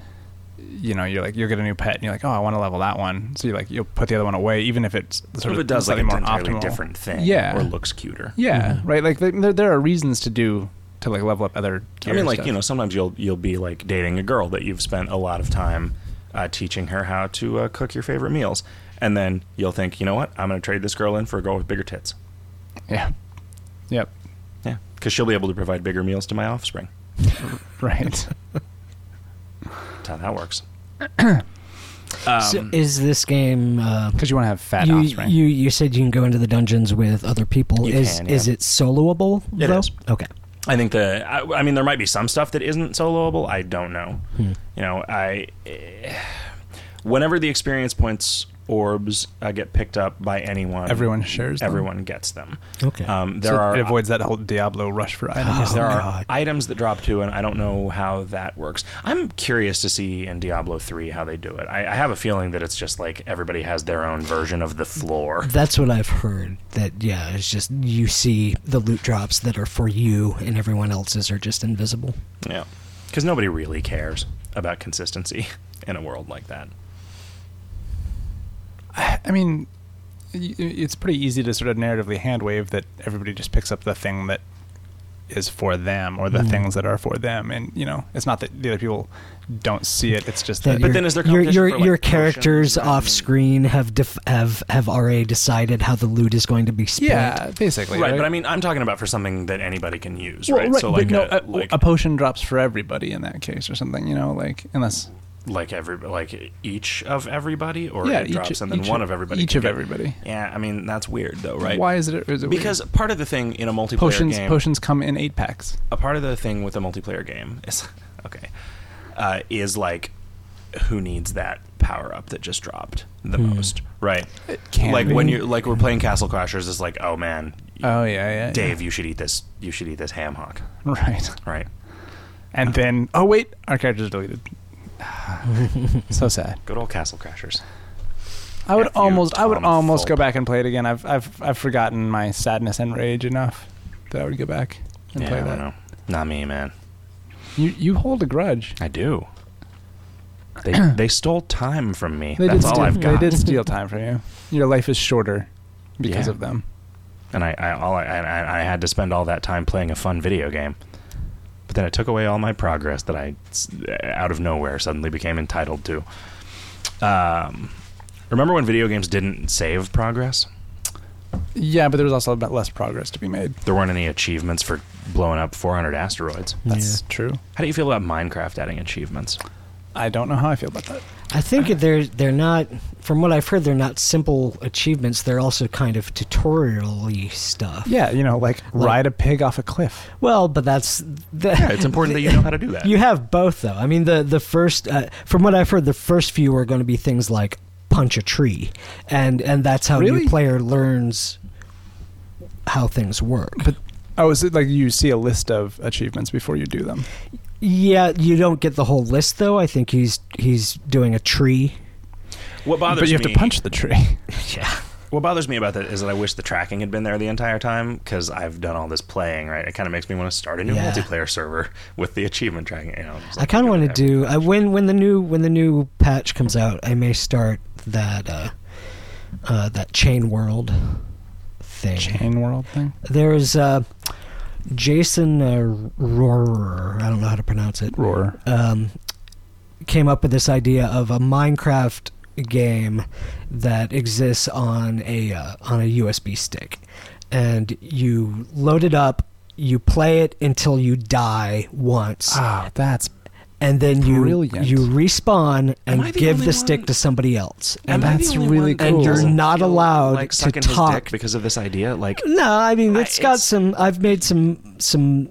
you know you're like you'll get a new pet and you're like oh I want to level that one so you like you'll put the other one away even if it's sort If of it does like an slightly more entirely optimal. different thing, Yeah. or looks cuter. yeah right like there, there are reasons to do to like level up other I mean, gear like stuff. you know, sometimes you'll you'll be like dating a girl that you've spent a lot of time uh, teaching her how to uh, cook your favorite meals, and then you'll think, you know what, I'm going to trade this girl in for a girl with bigger tits. Yeah. Yep. (laughs) Yeah, because she'll be able to provide bigger meals to my offspring. (laughs) Right. That's how that works. Um, Because So is this game? Uh, you want to have fat you, offspring. you you said you can go into the dungeons with other people. You is can, yeah. is it soloable? It though? is. Okay. I think the. I, I mean, there might be some stuff that isn't soloable. I don't know. Hmm. You know, I. eh, Whenever the experience points orbs uh, get picked up by anyone, Everyone shares them. Everyone gets them. Okay. Um, there So are uh, it avoids that whole Diablo rush for items. Oh, there are God. items that drop too, and I don't know how that works. I'm curious to see in Diablo three how they do it. I, I have a feeling that it's just like everybody has their own version of the floor. That's what I've heard. That yeah, it's just you see the loot drops that are for you, and everyone else's are just invisible. Mm. Yeah, because nobody really cares about consistency (laughs) in a world like that. I mean, y- y- it's pretty easy to sort of narratively hand wave that everybody just picks up the thing that is for them or the things that are for them. And, you know, it's not that the other people don't see it. It's just That that, But your- then is there your competition your, for, like, your potions characters and- off screen have def- have have already decided how the loot is going to be split? yeah, basically. Right, but I mean, I'm talking about for something that anybody can use, Well, right? right, So but like, no, a, a, like, a potion drops for everybody in that case or something, you know, like, unless, like every like each of everybody, or yeah, it each, drops and then each one of everybody. Each can of get- everybody. Yeah, I mean that's weird though, right? Why is it, is it weird? Because part of the thing in a multiplayer potions, game, potions come in eight packs. a part of the thing with a multiplayer game is (laughs) okay, uh, is like who needs that power up that just dropped the most, right? Hmm. can like be. when you're like we're playing Castle Crashers, it's like oh man, Oh, yeah, yeah. yeah. Dave, you should eat this, you should eat this ham hock, (laughs) Right. right? And then, oh wait, our character's (laughs) deleted. so sad. Good old Castle Crashers. I would F you, almost, I would Tom almost go Fulp. back and play it again. I've, I've, I've forgotten my sadness and rage enough that I would go back and yeah, play I that. don't know. Not me, man. You, you hold a grudge. I do. (clears throat) They they stole time from me. They That's did all steal, I've got. They did steal time from you. Your life is shorter because Yeah. of them. And I, I all I, I I had to spend all that time playing a fun video game. But then it took away all my progress that I s- out of nowhere suddenly became entitled to. Um, remember when video games didn't save progress? Yeah, but there was also a bit less progress to be made. There weren't any achievements for blowing up 400 asteroids. That's true. How do you feel about Minecraft adding achievements? I don't know how I feel about that. I think they're they're not. From what I've heard, they're not simple achievements. They're also kind of tutorially stuff. Yeah, you know, like Like- ride a pig off a cliff. Well, but that's the, Yeah, it's important that you know how to do (laughs) that. (laughs) You have both, though. I mean, the the first, uh, from what I've heard, the first few are going to be things like punch a tree, and and that's how Really? new player learns how things work. But oh, is it like you see a list of achievements before you do them? Yeah, you don't get the whole list though. I think he's he's doing a tree. What bothers but you have me- to punch the (laughs) tree. Yeah. What bothers me about that is that I wish the tracking had been there the entire time because I've done all this playing, right? It kind of makes me want to start a new Yeah. multiplayer server (laughs) with the achievement tracking. You know, just I like, kind of okay, want to whatever. do I, when when the new when the new patch comes out. I may start that uh, uh, that chain world thing. Chain world thing. There's uh, Jason uh, Rohrer. I don't know how to pronounce it. Roar. um, came up with this idea of a Minecraft game that exists on a uh, on a USB stick, and you load it up. You play it until you die once, Ah, that's and then you Brilliant. you respawn Am and I the give only the stick one- to somebody else. Am And I the that's only really one that cool. doesn't You're not feel allowed like to sucking His talk. dick because of this idea, like no, I mean I- it's got it's- some. I've made some some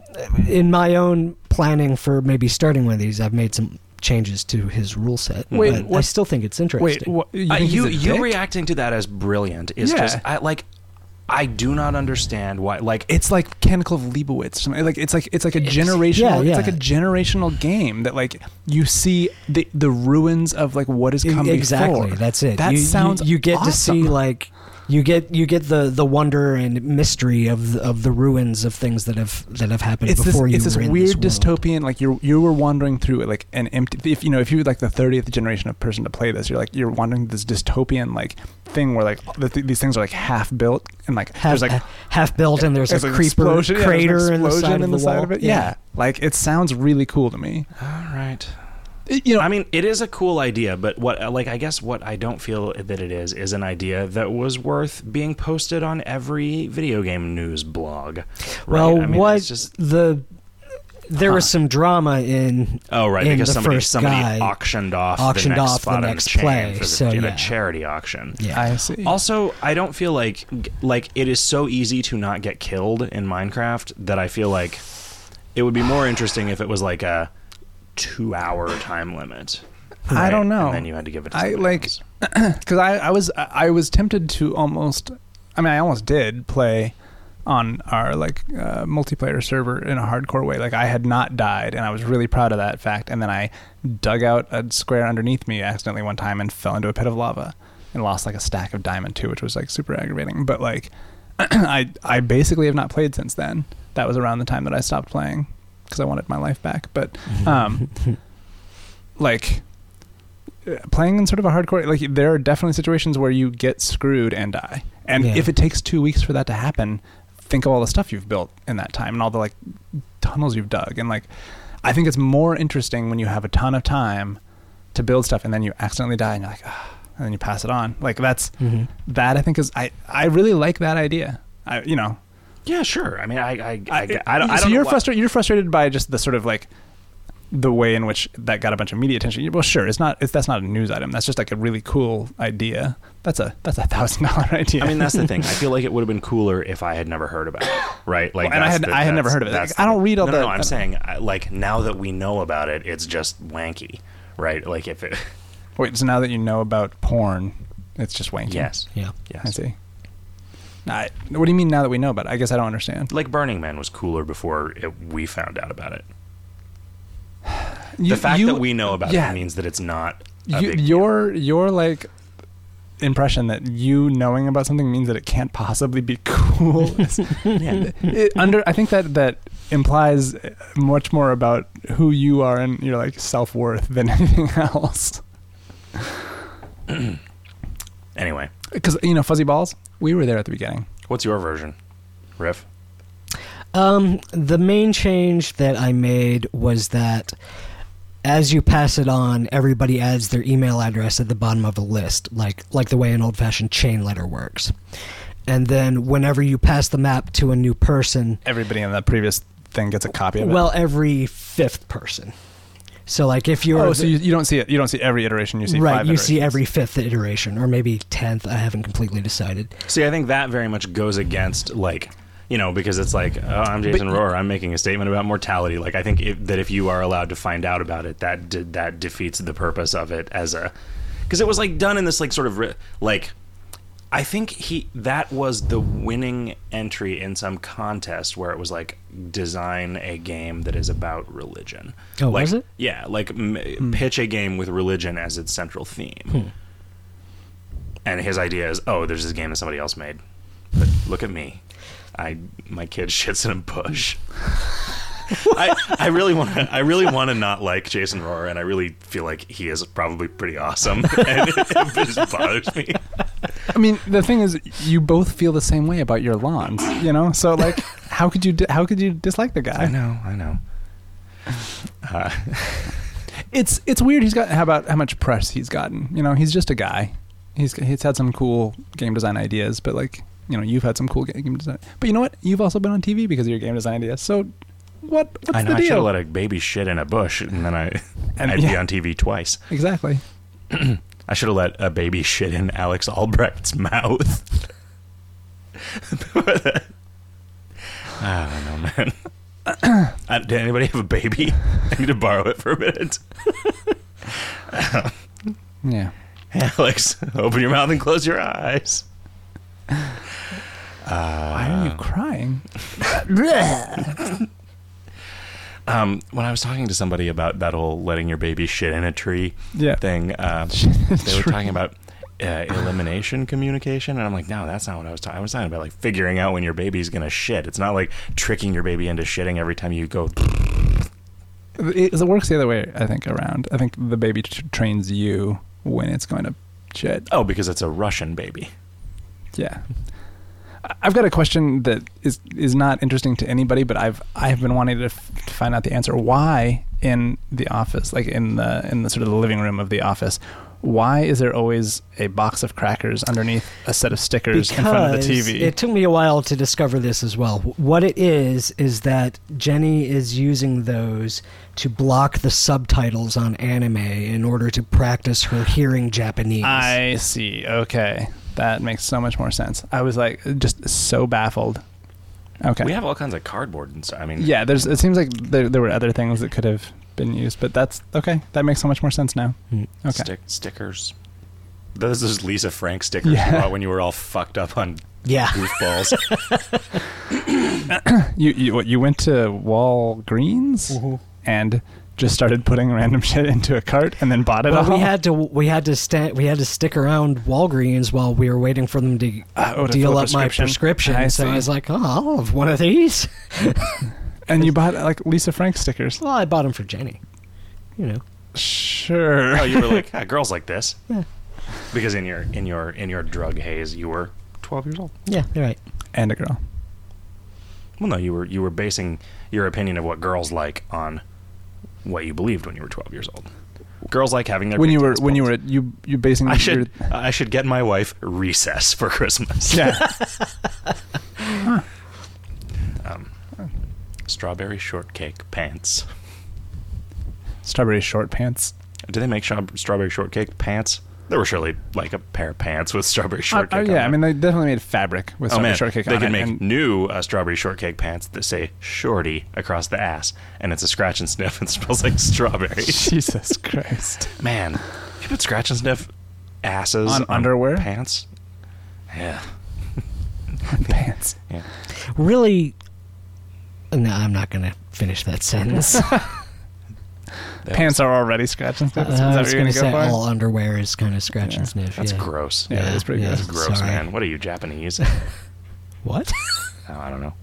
in my own planning for maybe starting one of these. I've made some changes to his rule set. Wait, but I what- still think it's Wait, interesting. what, you, Uh, think he's you a you dick? reacting to that as brilliant is Yeah. just I like I do not understand why like it's like Ken Clove Leibowitz or something. Like it's like it's like a generational yeah, yeah. it's like a generational game that like you see the the ruins of like what has come E- exactly, before. that's it. That you, you- sounds You, get to awesome. see like you get you get the the wonder and mystery of the, of the ruins of things that have that have happened it's this, before you. it's this were in weird this world. dystopian like you you were wandering through it like an empty if you know if you were like the 30th generation of person to play this you're like you're wandering through this dystopian like thing where like the th- these things are like half built and like Half, there's like half built, and there's, there's a an creeper explosion- yeah, there's an crater in the explosion side of the, wall. it. Yeah. like it sounds really cool to me. all right. It- you know, I mean, it is a cool idea, but what uh, like I guess what I don't feel that it is is an idea that was worth being posted on every video game news blog. Right? Well, I mean, what it's just the there was some drama in Oh right, in because the somebody first somebody guy auctioned off auctioned the next off the spot on next chain play, for the, so, in yeah. a charity auction. Yeah. I see. Also, I don't feel like like it is so easy to not get killed in Minecraft that I feel like it would be more interesting if it was like a two hour time limit. I don't know. And then you had to give it. To I, somebody like, else. because I, I was I I was tempted to almost I mean I almost did play on our like uh, multiplayer server in a hardcore way like I had not died and I was really proud of that fact and then I dug out a square underneath me accidentally one time and fell into a pit of lava and lost like a stack of diamond too which was like super aggravating but like (clears throat) I I basically have not played since then that was around the time that I stopped playing because I wanted my life back but um like uh, playing in sort of a hardcore like there are definitely situations where you get screwed and die and Yeah. if it takes two weeks for that to happen think of all the stuff you've built in that time and all the like tunnels you've dug and like i think it's more interesting when you have a ton of time to build stuff and then you accidentally die and you're like ah, and then you pass it on like that's Mhm. that i think is i i really like that idea i you know yeah, sure. I mean, I I I, I, don't. so I don't you're know what- frustrated. You're frustrated by just the sort of like the way in which that got a bunch of media attention. You- Well, sure, it's not. It's, that's not a news item. That's just like a really cool idea. That's a that's a thousand (laughs) dollar idea. I mean, that's the thing. I feel like it would have been cooler if I had never heard about it, right? Like, Well, and I that's had- the- I had never that's- heard of it. that's Like, the I don't thing. read all no, the- No, no, I I'm don't- saying I- like now that we know about it, it's just wanky, right? Like if (laughs) it. wait. So now that you know about porn, it's just wanking. Yes. yeah. Yes. I see. I, what do you mean now that we know about it? I guess I don't understand. Like Burning Man was cooler before it, we found out about it. You- the fact you- that we know about yeah. it means that it's not. A you, big your your like impression that you knowing about something means that it can't possibly be (laughs) cool. (laughs) It- under I think that that implies much more about who you are and your like self worth than (laughs) anything else. anyway, Because you know fuzzy balls, we were there at the beginning. what's your version, Riff? Um, the main change that I made was that as you pass it on, everybody adds their email address at the bottom of a list, like like the way an old fashioned chain letter works. And then whenever you pass the map to a new person, Everybody in the previous thing gets a copy of it. well, every fifth person. So like if you're oh, the- so you, you don't see it. You don't see every iteration. You see right, Five you see iterations. every fifth iteration or maybe tenth. I haven't completely decided. See, I think that very much goes against like you know because it's like oh, I'm Jason Rohrer. I'm making a statement about mortality. Like I think if, that if you are allowed to find out about it, that de- that defeats the purpose of it as a because it was like done in this like sort of ri- like I think he that was the winning entry in some contest where it was like design a game that is about religion. Oh, like, was it? Hmm. Yeah, like m- pitch a game with religion as its central theme. And his idea is, oh, there's this game that somebody else made, but look at me, I my kid (laughs) shits in a bush. I, I really want to I really want to not like Jason Rohrer, and I really feel like he is probably pretty awesome, (laughs) and it just bothers me. I mean, the thing is, you both feel the same way about your lawns. You know, so like, (laughs) how could you di- how could you dislike the guy? know, I know. Uh, it's it's weird. He's got how about how much press he's gotten. You know, he's just a guy. He's he's had some cool game design ideas, but like you know, you've had some cool ga- game design. But you know what? You've also been on TV because of your game design ideas. So What? What's I know. the I should have deal? let a baby shit in a bush, and then I, And- I'd be yeah. on TV twice. exactly. I should have let a baby shit in Alex Albrecht's mouth. (laughs) I don't know, man. (clears throat) Uh, did anybody have a baby? (laughs) I need to borrow it for a minute. Yeah. Alex, open your mouth and close your eyes. Uh, Why are you crying? Um, when I was talking to somebody about that whole letting your baby shit in a tree Yeah. thing, (laughs) uh, they were talking about uh, elimination communication, and I'm like, no, that's not what I was talking. I was talking about like figuring out when your baby's gonna shit. It's not like tricking your baby into shitting every time you go. It, it works the other way, I think, around. I think the baby t- trains you when it's going to shit. Oh, because it's a Russian baby. Yeah. I- I've got a question that is is not interesting to anybody, but I've I've been wanting to, f- to find out the answer. Why in the office, like in the in the sort of the living room of the office, why is there always a box of crackers underneath a set of stickers in front of the Because TV? It took me a while to discover this as well. What it is is that Jenny is using those to block the subtitles on anime in order to practice her hearing Japanese. I see. Okay, that makes so much more sense. I was like just so baffled. Okay. We have all kinds of cardboard and stuff. I mean, yeah, there's. It seems like there, there were other things that could have been used, but that's okay. That makes so much more sense now. Hmm. Okay. stick, stickers. Those those Lisa Frank stickers you Yeah. bought when you were all fucked up on yeah. (laughs) goofballs. You you what, you went to Walgreens and just started putting random (laughs) shit into a cart and then bought it Well, all. we had to we had to stand we had to stick around Walgreens while we were waiting for them to uh, Oh, to deal fill a up my prescription. I so see. I was like, oh, I'll have one of these. (laughs) and you bought like Lisa Frank stickers. Well, I bought them for Jenny. You know, Sure. oh, you were like, yeah, girls like this. Yeah. Because in your in your in your drug haze, you were 12 years old. yeah, you're right. And a girl. Well, no, you were you were basing your opinion of what girls like on what you believed when you were 12 years old. Girls like having their When you were pigtails when you pulled. were you you basing I (laughs) should your- I should get my wife recess for Christmas. yeah. (laughs) Strawberry shortcake pants. Strawberry short pants. Do they make shab- strawberry shortcake pants? There were surely like a pair of pants with strawberry Uh, shortcake. uh, on yeah, I them. mean they definitely made fabric with oh strawberry man, shortcake they on could it. make (laughs) and- new uh, strawberry shortcake pants that say "shorty" across the ass, and it's a scratch and (laughs) sniff and smells like strawberry. Jesus (laughs) Christ. Man, you put scratch and sniff asses On underwear? pants. Yeah, pants. yeah. Really, no, I'm not gonna finish that sentence. That Pants are already scratch and sniff. Uh, Is that I what was you're gonna gonna say go for? all underwear is kind of scratch Yeah, and sniff. That's yeah. gross. Yeah, that's pretty yeah. gross. That's gross, Sorry. man. What are you (laughs) Japanese? oh, What? I don't know.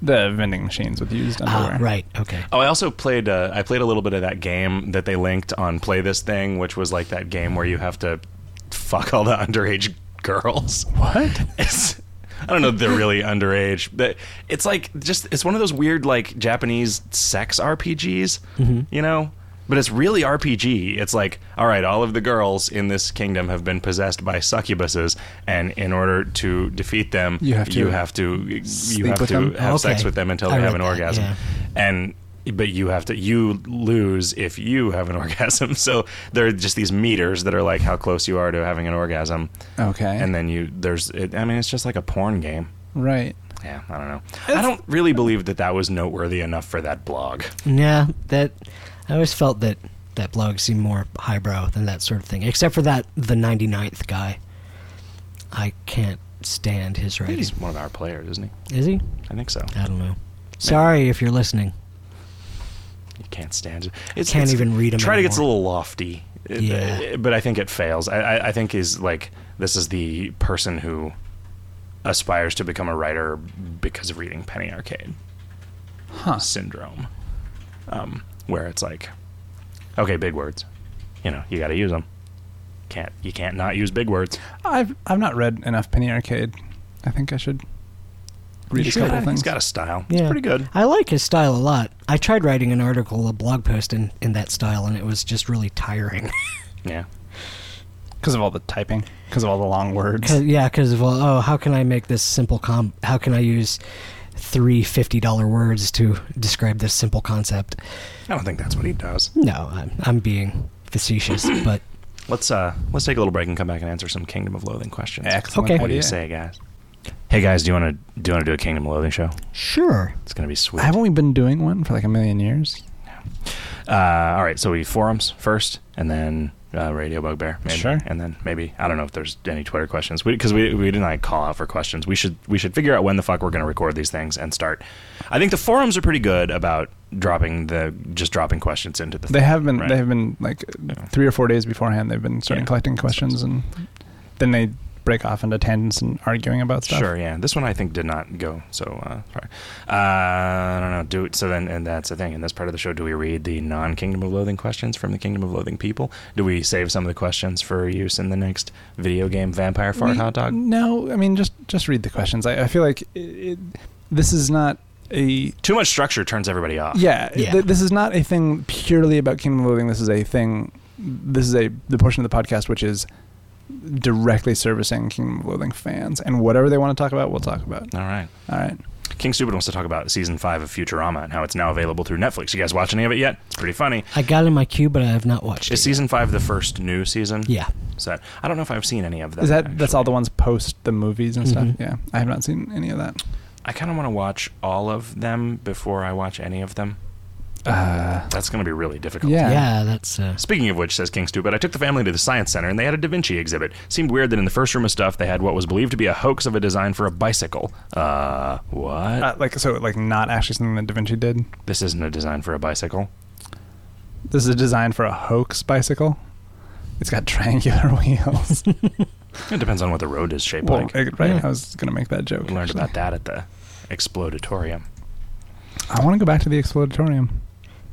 The vending machines with used (laughs) underwear. Ah, right. Okay. Oh, I also played. Uh, I played a little bit of that game that they linked on Play This Thing, which was like that game where you have to fuck all the (laughs) underage girls. What? It's, I don't know if they're really underage, but it's like just it's one of those weird like Japanese sex RPGs, Mm-hmm. you know. But it's really RPG. It's like, all right, all of the girls in this kingdom have been possessed by succubuses, and in order to defeat them, You have to you have to, you sleep have, with to them? have sex Okay. with them until I they have read an that, orgasm yeah. and but you have to you lose if you have an (laughs) orgasm so there are just these meters that are like how close you are to having an orgasm Okay. and then you there's it, i mean it's just like a porn game right. yeah i don't know i don't really believe that that was noteworthy enough for that blog Yeah, that I always felt that that blog seemed more highbrow than that sort of thing. Except for that the 99th guy. I can't stand his I think writing. he's one of our players isn't he Is he? i think so I don't know. Sorry if you're listening. you can't stand it it's, Can't it's- even read 'em try to get a anymore. little lofty It- Yeah. it- but i think it fails I, I, I think is like this is the person who aspires to become a writer because of reading penny arcade Huh. syndrome, um, where it's like, okay, big words, you know, you got to use them. Can't you can't not use big words. I've I've not read enough Penny Arcade. I think I should read He's a couple got, things. he's got a style. Yeah. It's pretty good. I like his style a lot. I tried writing an article, a blog post in, in that style, and it was just really tiring. Yeah. because of all the typing, because of all the long words. Cause, yeah, because well, oh, how can I make this simple comp? How can I use three $50 words to describe this simple concept. I don't think that's what he does. No, I'm, I'm being facetious, but Let's uh let's take a little break and come back and answer some Kingdom of Loathing questions. Excellent. Okay. What do you idea. say, guys? Hey guys, do you want to do you want to do a Kingdom of Loathing show? sure. It's gonna be sweet. Haven't we been doing one for like a million years? Uh, all right, so we forums first, and then uh, Radio Bugbear, maybe, Sure. and then maybe I don't know if there's any Twitter questions because we, we didn't like call out for questions. We should we should figure out when the fuck we're going to record these things and start. I think the forums are pretty good about dropping the just dropping questions into the. They have been. Right. They have been like three or four days beforehand. They've been starting Yeah. collecting questions, and then they break off into tangents and arguing about stuff. Sure, yeah. This one I think did not go so uh, far. Uh, I don't know. Do it. So then, and that's the thing. In this part of the show, do we read the non-Kingdom of Loathing questions from the Kingdom of Loathing people? Do we save some of the questions for use in the next video game Vampire Fart We- Hot Dog? No, I mean just just read the questions. I, I feel like it, it, this is not a Too much structure turns everybody off. yeah, Yeah. Th- this is not a thing purely about Kingdom of Living. This is a thing. This is a the portion of the podcast which is directly servicing Kingdom of Loathing fans, and whatever they want to talk about, we'll talk about. All right. All right, King Stupid wants to talk about season five of Futurama and how it's now available through Netflix. You guys watch any of it yet? It's pretty funny. I got it in my queue, but I have not watched Is it. season five the first new season? Yeah. So I don't know if I've seen any of that. is that that's all the actually. ones post the movies and stuff? Mhm. Yeah, I have not seen any of that. I kind of want to watch all of them before I watch any of them. Uh, That's going to be really difficult. Yeah. Yeah, that's uh, Speaking of which, says King Stupid, I took the family to the Science Center and they had a Da Vinci exhibit. Seemed weird that in the first room of stuff they had what was believed to be a hoax of a design for a bicycle. Uh, what? uh, like so, like not actually something that Da Vinci did. this isn't a design for a bicycle. This is a design for a hoax bicycle. It's got (laughs) triangular wheels. It depends on what the road is shaped Well, like. eh, right? Yeah. I was gonna make that joke. We learned actually. about that at the Explodatorium. I want to go back to the exploratorium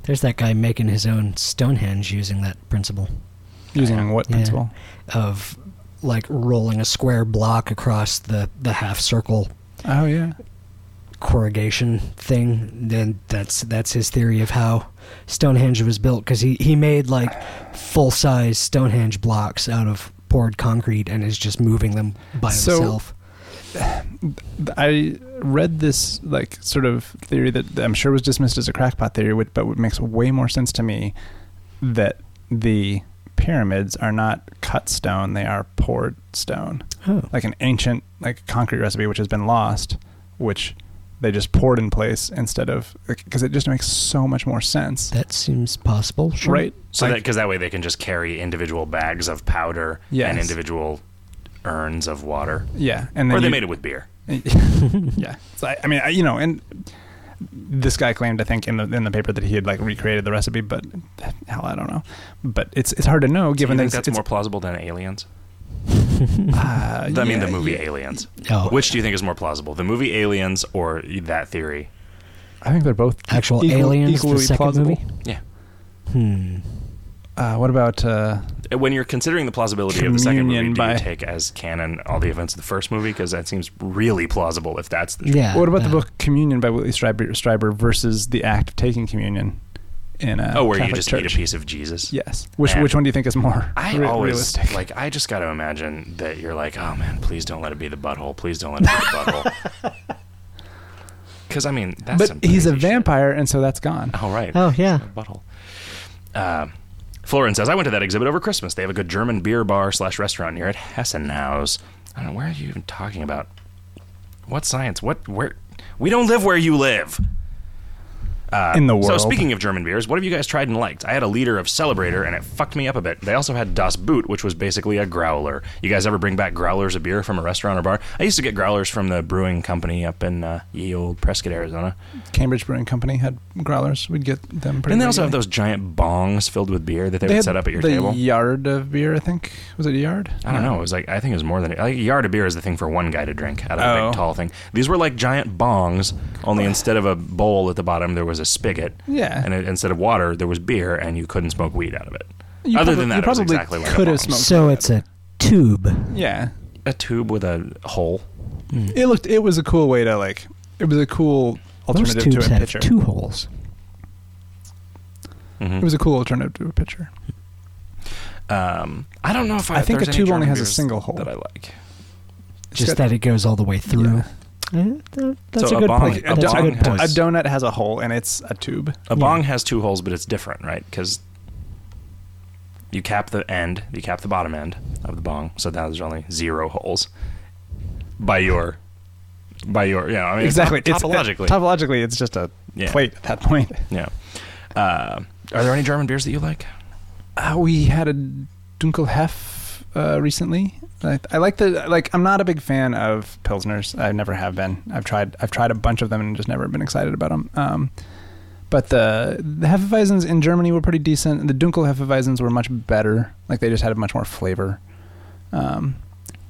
there's that guy making his own Stonehenge using that principle using what Yeah. principle? of like rolling a square block across the the half circle Oh yeah, corrugation thing then that's that's his theory of how stonehenge was built because he he made like full-size stonehenge blocks out of poured concrete and is just moving them by So- himself I read this like sort of theory that I'm sure was dismissed as a crackpot theory, which, but what makes way more sense to me that the pyramids are not cut stone; they are poured stone, oh like an ancient like concrete recipe which has been lost, which they just poured in place instead of because it just makes so much more sense, that seems possible sure. right? So that Like- because that way they can just carry individual bags of powder Yes. and individual urns of water, yeah, and then or they you- made it with beer. yeah. So I, I mean, I, you know, and this guy claimed, I think, in the in the paper that he had like recreated the recipe, but hell, I don't know. But it's it's hard to know Do you given think that that's more plausible than Aliens? (laughs) Uh, I mean, yeah, the movie yeah. Aliens. Oh. Which do you think is more plausible, the movie Aliens or that theory? I think they're both actual equal- aliens the equally second plausible. movie Yeah. hmm Uh, what about uh, When you're considering the plausibility of the second movie, Communion do by- you take as canon all the events of the first movie? Because that seems really plausible if that's the truth. yeah what about the uh, book Communion by Whitley Strieber, Strieber versus the act of taking communion in a Oh, where Catholic you just church? eat a piece of Jesus. Yes. Which Man. which one do you think is more I re- always realistic? like. I just got to imagine that you're like, oh man, please don't let it be the butthole. Please don't let it be the butthole. (laughs) Because I mean, that's some but he's a crazy shit. vampire, and so that's gone. Oh right. Oh, yeah. A butthole. Uh, Florin says I went to that exhibit over Christmas. They have a good German beer bar slash restaurant here at Hessenhaus. I don't know where are you even talking about. What science? What where? We don't live where you live. Uh, In the world. So speaking of German beers, what have you guys tried and liked? I had a liter of Celebrator, and it fucked me up a bit. They also had Das Boot, which was basically a growler. You guys ever bring back growlers of beer from a restaurant or bar? I used to get growlers from the brewing company up in uh, ye old Prescott, Arizona. Cambridge Brewing Company had growlers. We'd get them. Pretty Didn't they also have regularly. those giant bongs filled with beer that they, would had set up at your the table? Yard of beer, I think. Was it a yard? I don't know. It was like I think it was more than like a yard of beer is the thing for one guy to drink out of a Oh. big tall thing. These were like giant bongs, only instead of a bowl at the bottom there was a spigot. Yeah. And it, instead of water there was beer, and you couldn't smoke weed out of it. You Other probab- than that, you it was probably exactly like a could have bong. smoked. so it's a tube Yeah, A tube with a hole. it looked. It was a cool way to like. It was a cool those alternative tubes to a have pitcher. two holes Mhm. It was a cool alternative to a pitcher. Um, I don't know if I, I think there's a any tube only German has a beers single hole. that I like. It's just got- that it goes all the way through Yeah. Eh, that- That's So a a good bong- point. a That's a bong good has- point. A donut has a hole and it's a tube. A bong has two holes, but it's different, right? Because you cap the end, you cap the bottom end of the bong, so now there's only zero holes. By your, by your, yeah, I mean, Exactly. top- It's- topologically, topologically, it's just a Yeah. plate at that point. yeah. Uh, are there any German beers that you like? Uh, we had a Dunkelhef uh, recently. I, I like the like. I'm not a big fan of pilsners. I never have been. I've tried. I've tried a bunch of them and just never been excited about them. Um, but the the Hefeweizens in Germany were pretty decent. The Dunkel Hefeweizens were much better. Like they just had much more flavor. Um,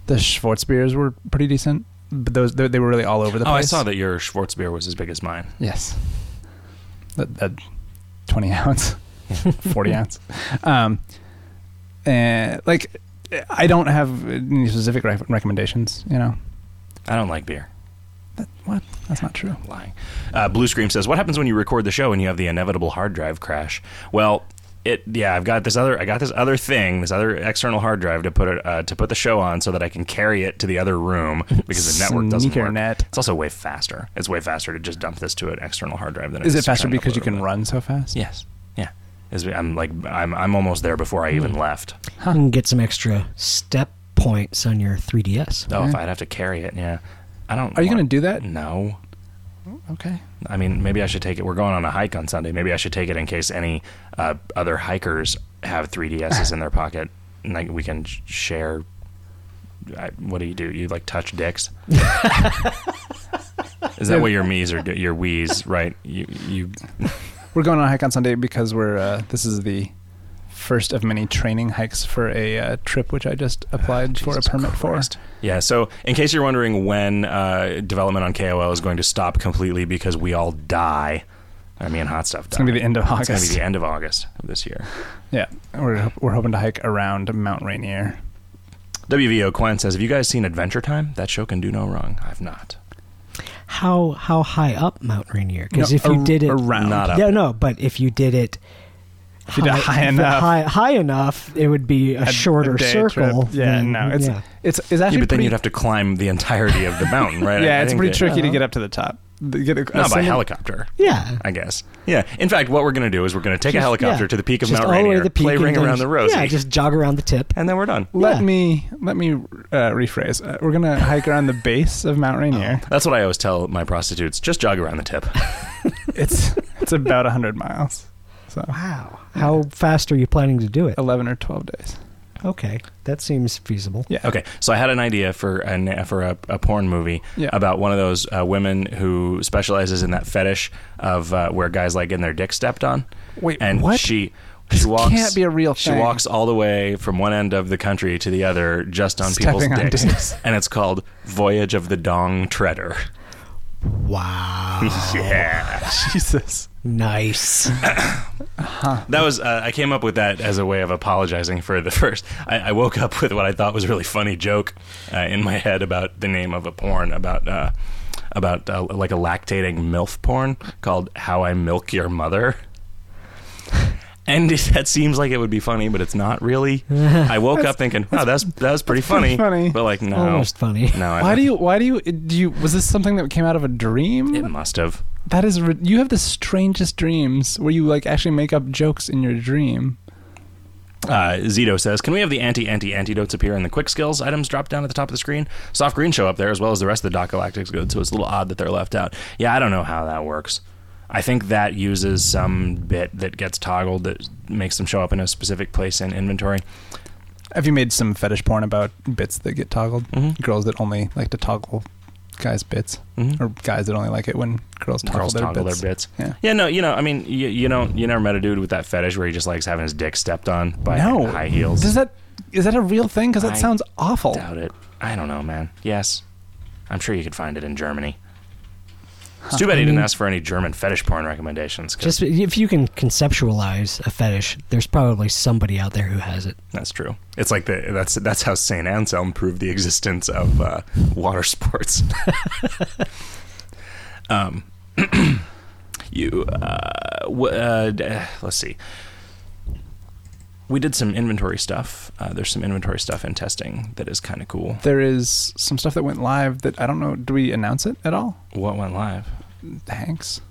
the Schwarzbiers were pretty decent, but those they, they were really all over the oh, I place. saw that your Schwarzbier was as big as mine. Yes. That, that 20 ounce, (laughs) (laughs) 40 ounce. Um, and like, I don't have any specific rec- recommendations, you know? I don't like beer. That, what? That's not true. I'm lying. Uh, Blue Scream says, "What happens when you record the show and you have the inevitable hard drive crash?" Well, it yeah, I've got this other I got this other thing, this other external hard drive to put it uh, to put the show on so that I can carry it to the other room because the network doesn't Sneaker work. net. It's also way faster. It's way faster to just dump this to an external hard drive than Is it is faster trying to because you upload can it. run so fast? Yes, yeah. Is- I'm like I'm I'm almost there before I even Hmm. left. You can get some extra step points on your 3DS. Oh, if Yeah. I'd have to carry it, yeah. I don't. Hmm. Are you wanna- gonna do that? No. Okay. I mean, maybe I should take it. We're going on a hike on Sunday. Maybe I should take it in case any uh, other hikers have 3DSs in their pocket, and like we can sh- share. I, what do you do? You like touch dicks? Is that what your me's or your wees? Right? You you We're going on a hike on Sunday because we're, uh, this is the first of many training hikes for a uh, trip which I just applied for a Ah, Jesus permit Christ. for. Yeah. So, in case you're wondering when uh, development on KOL is going to stop completely because we all die, I mean, hot stuff. It's gonna be the end of It's going to August. be the end of August of this year. Yeah. We're, we're hoping to hike around Mount Rainier. WVO Quan says, "Have you guys seen Adventure Time? That show can do no wrong." I've not. How how high up Mount Rainier? Because No, if you ar- did it around. Not up. no, no, but if you did it, you did it (laughs) high enough. high, high enough, it would be a, a- shorter a day circle. trip. Yeah, than- no, it's yeah. it's it's actually yeah, but then pretty, you'd have to climb the entirety of the mountain, (laughs) right? I- yeah, I it's think pretty that- tricky to Uh-huh. get up to the top. The- Get a, Not by ascending- helicopter. yeah. I guess. Yeah. In fact, what we're going to do is we're going to take a Just- helicopter yeah. to the peak of Just Mount all the way Rainier, to the peak play and ring then- around the rosy, Yeah, just jog around the tip. and then we're done. Let Yeah. me let me uh, rephrase. Uh, we're gonna hike around the base of Oh. Mount Rainier. That's what I always tell my prostitutes: just jog around the tip. It's it's about hundred miles, so Wow. How fast are you planning to do it? eleven or twelve days. (laughs) Okay, that seems feasible. Yeah. Okay, so I had an idea for an for a, a porn movie Yeah. about one of those uh, women who specializes in that fetish of uh, where guys like getting their dick stepped on. Wait, and what? she This she walks can't be a real She thing. walks all the way from one end of the country to the other just on Stepping people's on dicks, dicks. and it's called Voyage of the Dong Treader. Wow. Yeah, Jesus. nice. that was uh, I came up with that as a way of apologizing for the (laughs) first. I, I woke up with what I thought was a really funny joke uh, in my head about the name of a porn about uh, about uh, like a lactating milf porn called "How I Milk Your Mother." And (laughs) that seems like it would be funny, but it's not really. I woke up thinking, "Oh, that's that was pretty funny,", funny. but like, no, Almost (laughs) funny. No, I Why do you? Why do you? Do you? Was this something that came out of a dream? It must have. that is. ri- You have the strangest dreams where you like actually make up jokes in your dream. Uh, Zito says, "Can we have the anti anti antidotes appear in the quick skills items drop down at the top of the screen? Soft green show up there as well as the rest of the Doc Galactics good, so it's a little odd that they're left out. Yeah, I don't know how that works. I think that uses some bit that gets toggled that makes them show up in a specific place in inventory. Have you made some fetish porn about bits that get toggled? Mhm. Girls that only like to toggle guys' bits, Mhm. or guys that only like it when girls toggle, Girls their, toggle bits. their bits. Yeah. Yeah, no, you know, I mean, you, you don't, you never met a dude with that fetish where he just likes having his dick stepped on by no high heels. Does that is that a real thing? Because that I sounds awful. Doubt it. I don't know, man. Yes, I'm sure you could find it in Germany. It's too bad he didn't ask for any German fetish porn recommendations. 'cause Just if you can conceptualize a fetish, there's probably somebody out there who has it. that's true. It's like the that's that's how Saint Anselm proved the existence of uh, water (laughs) sports. um, (clears throat) you uh, w- uh, d- let's see. we did some inventory stuff. Uh, there's some inventory stuff in testing that is kind of cool. There is some stuff that went live that I don't know. Do we announce it at all? What went live? Hanks.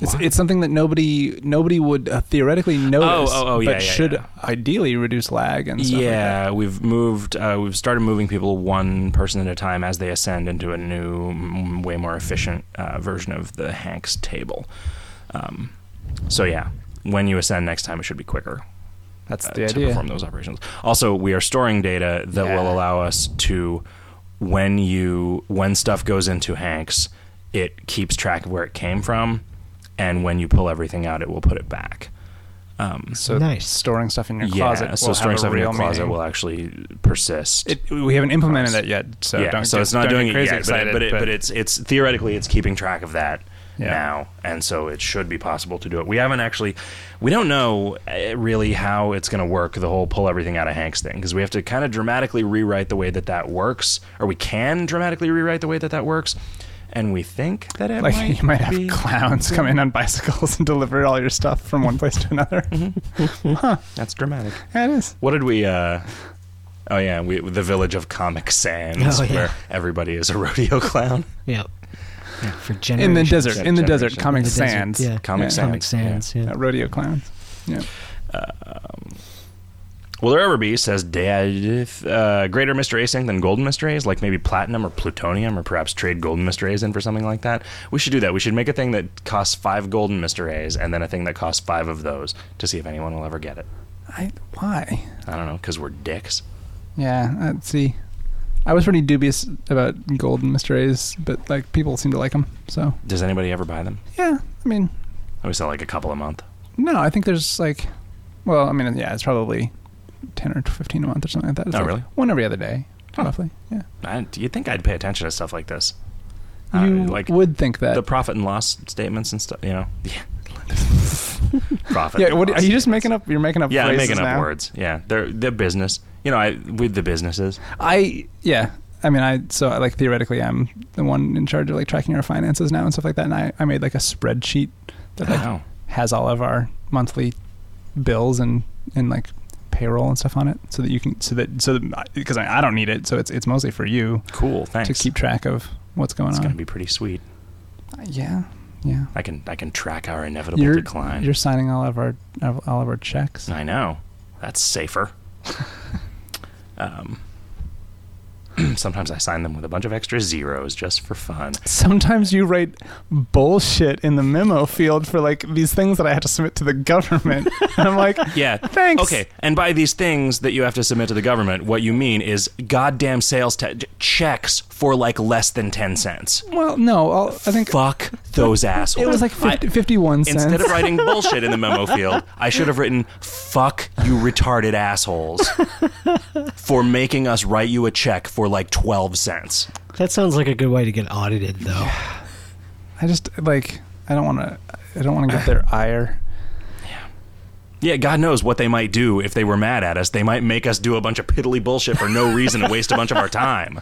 It's, What? it's something that nobody nobody would uh, theoretically notice, oh, oh, yeah, but yeah, should yeah. ideally reduce lag and stuff. like that. yeah, we've moved. Uh, we've started moving people one person at a time as they ascend into a new, m- way more efficient uh, version of the Hanks table. Um, so yeah, when you ascend next time, it should be quicker. that's uh, the to idea. perform those operations. Also, we are storing data that Yeah. will allow us to when you when stuff goes into Hanks, it keeps track of where it came from, and when you pull everything out, it will put it back. Um, So Nice. storing stuff in your yeah, closet. so will storing have a stuff in your real closet meaning. will actually persist. It, we haven't implemented that yet, so yeah, don't so get- it's not don't doing get it crazy yet, excited. but, it, but, it, but it's it's theoretically it's keeping track of that Yeah. now, and so it should be possible to do it. We haven't actually, we don't know uh, really how it's going to work the whole pull everything out of Hanks thing because we have to kind of dramatically rewrite the way that that works, or we can dramatically rewrite the way that that works, and we think that it like might you might have be- clowns come in on bicycles and deliver all your stuff from one place to another. That's dramatic. yeah, it is. What did we? uh Oh yeah, we the village of Comic Sans, Oh, yeah. where everybody is a (laughs) rodeo clown. Yep. Yeah, for generations. In the desert, in the Generation. desert, In In Comic the desert, Sans, Yeah. Comic Yeah. Comic Sans, yeah. Sans. Yeah. Uh, rodeo clowns. Yeah, Will there ever be, says Dad, uh, greater Mr. Ace ink than golden Mr. Ace? Like maybe platinum or plutonium or perhaps trade golden Mr. Ace in for something like that? We should do that. We should make a thing that costs five golden Mr. A's and then a thing that costs five of those to see if anyone will ever get it. I, why? I don't know, because we're dicks. Yeah, let's see. I was pretty dubious about gold and Mr. A's, but like people seem to like them. So Does anybody ever buy them? yeah, I mean, I always sell like a couple a month. no, I think there's like, well, I mean, yeah, it's probably ten or fifteen a month or something like that. It's Oh, like really? One every other day, Huh. roughly. Yeah, I, you'd think I'd pay attention to stuff like this. Uh, you like would think that. the profit and loss statements and stuff, you know? (laughs) Yeah. profit. yeah, and what are loss you just statements. making up? You're making up. Yeah, I'm phrases making up now? words. Yeah, they're they're business. You know, I with the businesses. I yeah. I mean, I so I, like theoretically, I'm the one in charge of like tracking our finances now and stuff like that. And I, I made like a spreadsheet that like Wow. has all of our monthly bills and and like payroll and stuff on it, so that you can so that so that because I, I don't need it, so it's it's mostly for you Cool. Thanks. to keep track of what's going it's on. going to be pretty sweet. yeah, yeah. I can I can track our inevitable You're decline. you're signing all of our of all of our checks. I know. That's (laughs) safer. um, (clears throat) sometimes I sign them with a bunch of extra zeros just for fun. Sometimes you write bullshit in the memo field for like these things that I have to submit to the government. (laughs) and I'm like, Yeah. (laughs) Thanks. Okay. And by these things that you have to submit to the government, what you mean is goddamn sales ta- checks for like less than 10 cents. Well, no, I'll, I think Fuck those assholes. (laughs) it was like I- 50, 51 cents. Instead of writing bullshit in the memo field, I should have written "fuck you, retarded assholes" for making us write you a check for like twelve cents. That sounds like a good way to get audited, though. I just like I don't want to. I don't want (sighs) to get their ire. Yeah, God knows what they might do if they were mad at us. They might make us do a bunch of piddly bullshit for no reason and waste a bunch of our time.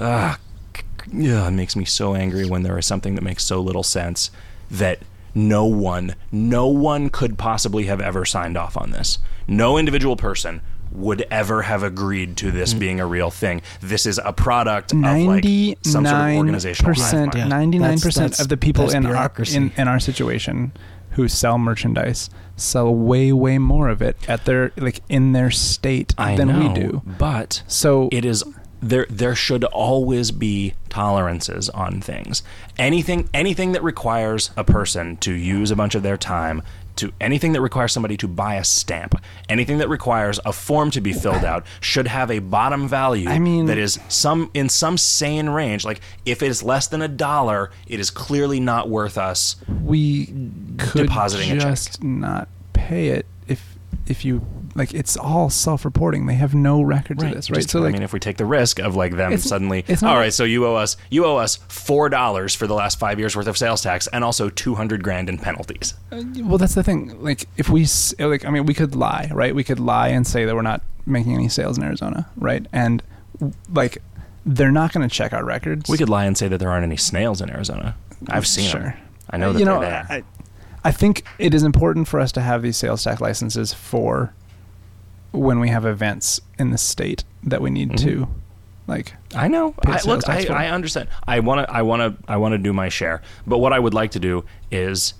Ah, c- c- yeah, it makes me so angry when there is something that makes so little sense that no one, no one could possibly have ever signed off on this. No individual person would ever have agreed to this being a real thing. This is a product of like Ninety some sort of organizational hive percent, mind. Yeah. ninety nine That's- percent that's- of the people that's in our bureaucracy. in, in our situation who sell merchandise sell way way more of it at their like in their state I than know, we do. but So it is there there should always be tolerances on things anything anything that requires a person to use a bunch of their time to anything that requires somebody to buy a stamp anything that requires a form to be filled out should have a bottom value I mean- that is some in some sane range like if it's less than a dollar it is clearly not worth us we could Depositing a check. just not pay it if if you like it's all self-reporting they have no records of this right Just- so like I mean, if we take the risk of like them It's- suddenly, it's not all like- right, so you owe us you owe us four dollars for the last five years worth of sales tax and also two hundred grand in penalties. uh, Well, that's the thing. Like, if we s- like, I mean, we could lie, right? We could lie and say that we're not making any sales in Arizona, right? And like, they're not going to check our records. We could lie and say that there aren't any snails in Arizona. I've seen Sure. them. I know that you know, they're there. I, I think it is important for us to have these sales tax licenses for when we have events in the state that we Mm-hmm. need to, like, I know. Paid I, sales look, I, tax for it. I understand. I want to. I want to. I want to do my share. But what I would like to do is,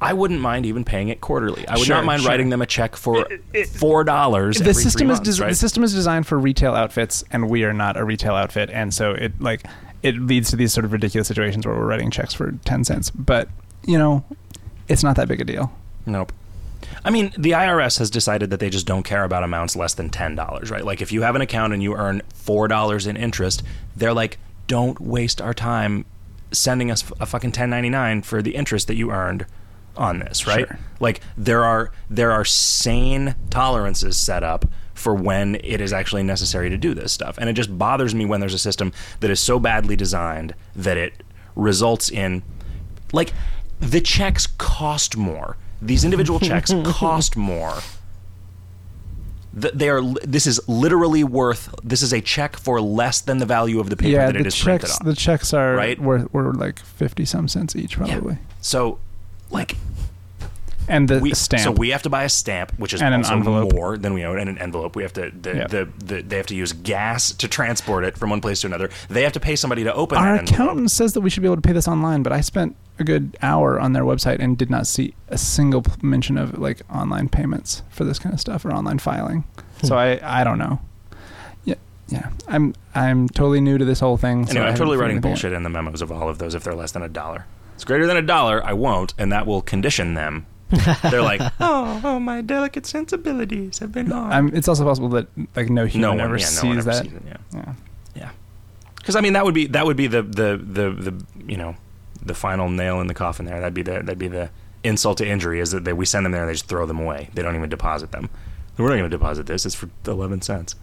I wouldn't mind even paying it quarterly. I would Sure, not mind sure. writing them a check for four dollars. the system is months, des- right? the system is designed for retail outfits, and we are not a retail outfit, and so it like it leads to these sort of ridiculous situations where we're writing checks for ten cents. But you know, it's not that big a deal. Nope. I mean, the IRS has decided that they just don't care about amounts less than ten dollars, right? Like if you have an account and you earn four dollars in interest, they're like, don't waste our time sending us a fucking ten ninety nine for the interest that you earned on this, right? Sure. Like there are there are sane tolerances set up for when it is actually necessary to do this stuff. And it just bothers me when there's a system that is so badly designed that it results in like the checks cost more. These (laughs) individual checks cost more. Th- They are. li- This is literally worth. This is a check for less than the value of the paper yeah, that it the is printed checks on. the checks are Right? were, were like fifty some cents each probably, so, like, and the we stamp. So we have to buy a stamp, which is And an also envelope. more than we own, and an envelope. We have to the, Yeah. the, the they have to use gas to transport it from one place to another. They have to pay somebody to open Our that envelope. accountant says that we should be able to pay this online, but I spent a good hour on their website and did not see a single p- mention of like online payments for this kind of stuff or online filing. Hmm. So I, I don't know. Yeah, yeah. I'm I'm totally new to this whole thing. so Anyway, I'm I haven't totally figured writing anything out. bullshit in the memos of all of those if they're less than a dollar. It's greater than a dollar, I won't, and that will condition them. they're (laughs) like, oh, oh, my delicate sensibilities have been harmed. I'm, it's also possible that like no no human one, ever yeah, sees no one ever that. sees it. Yeah, Yeah. yeah. Because I mean, that would be that would be the, the the the you know the final nail in the coffin. There, that'd be the that'd be the insult to injury is that they, we send them there and they just throw them away. They don't even deposit them. We're not going to deposit this. It's for eleven cents.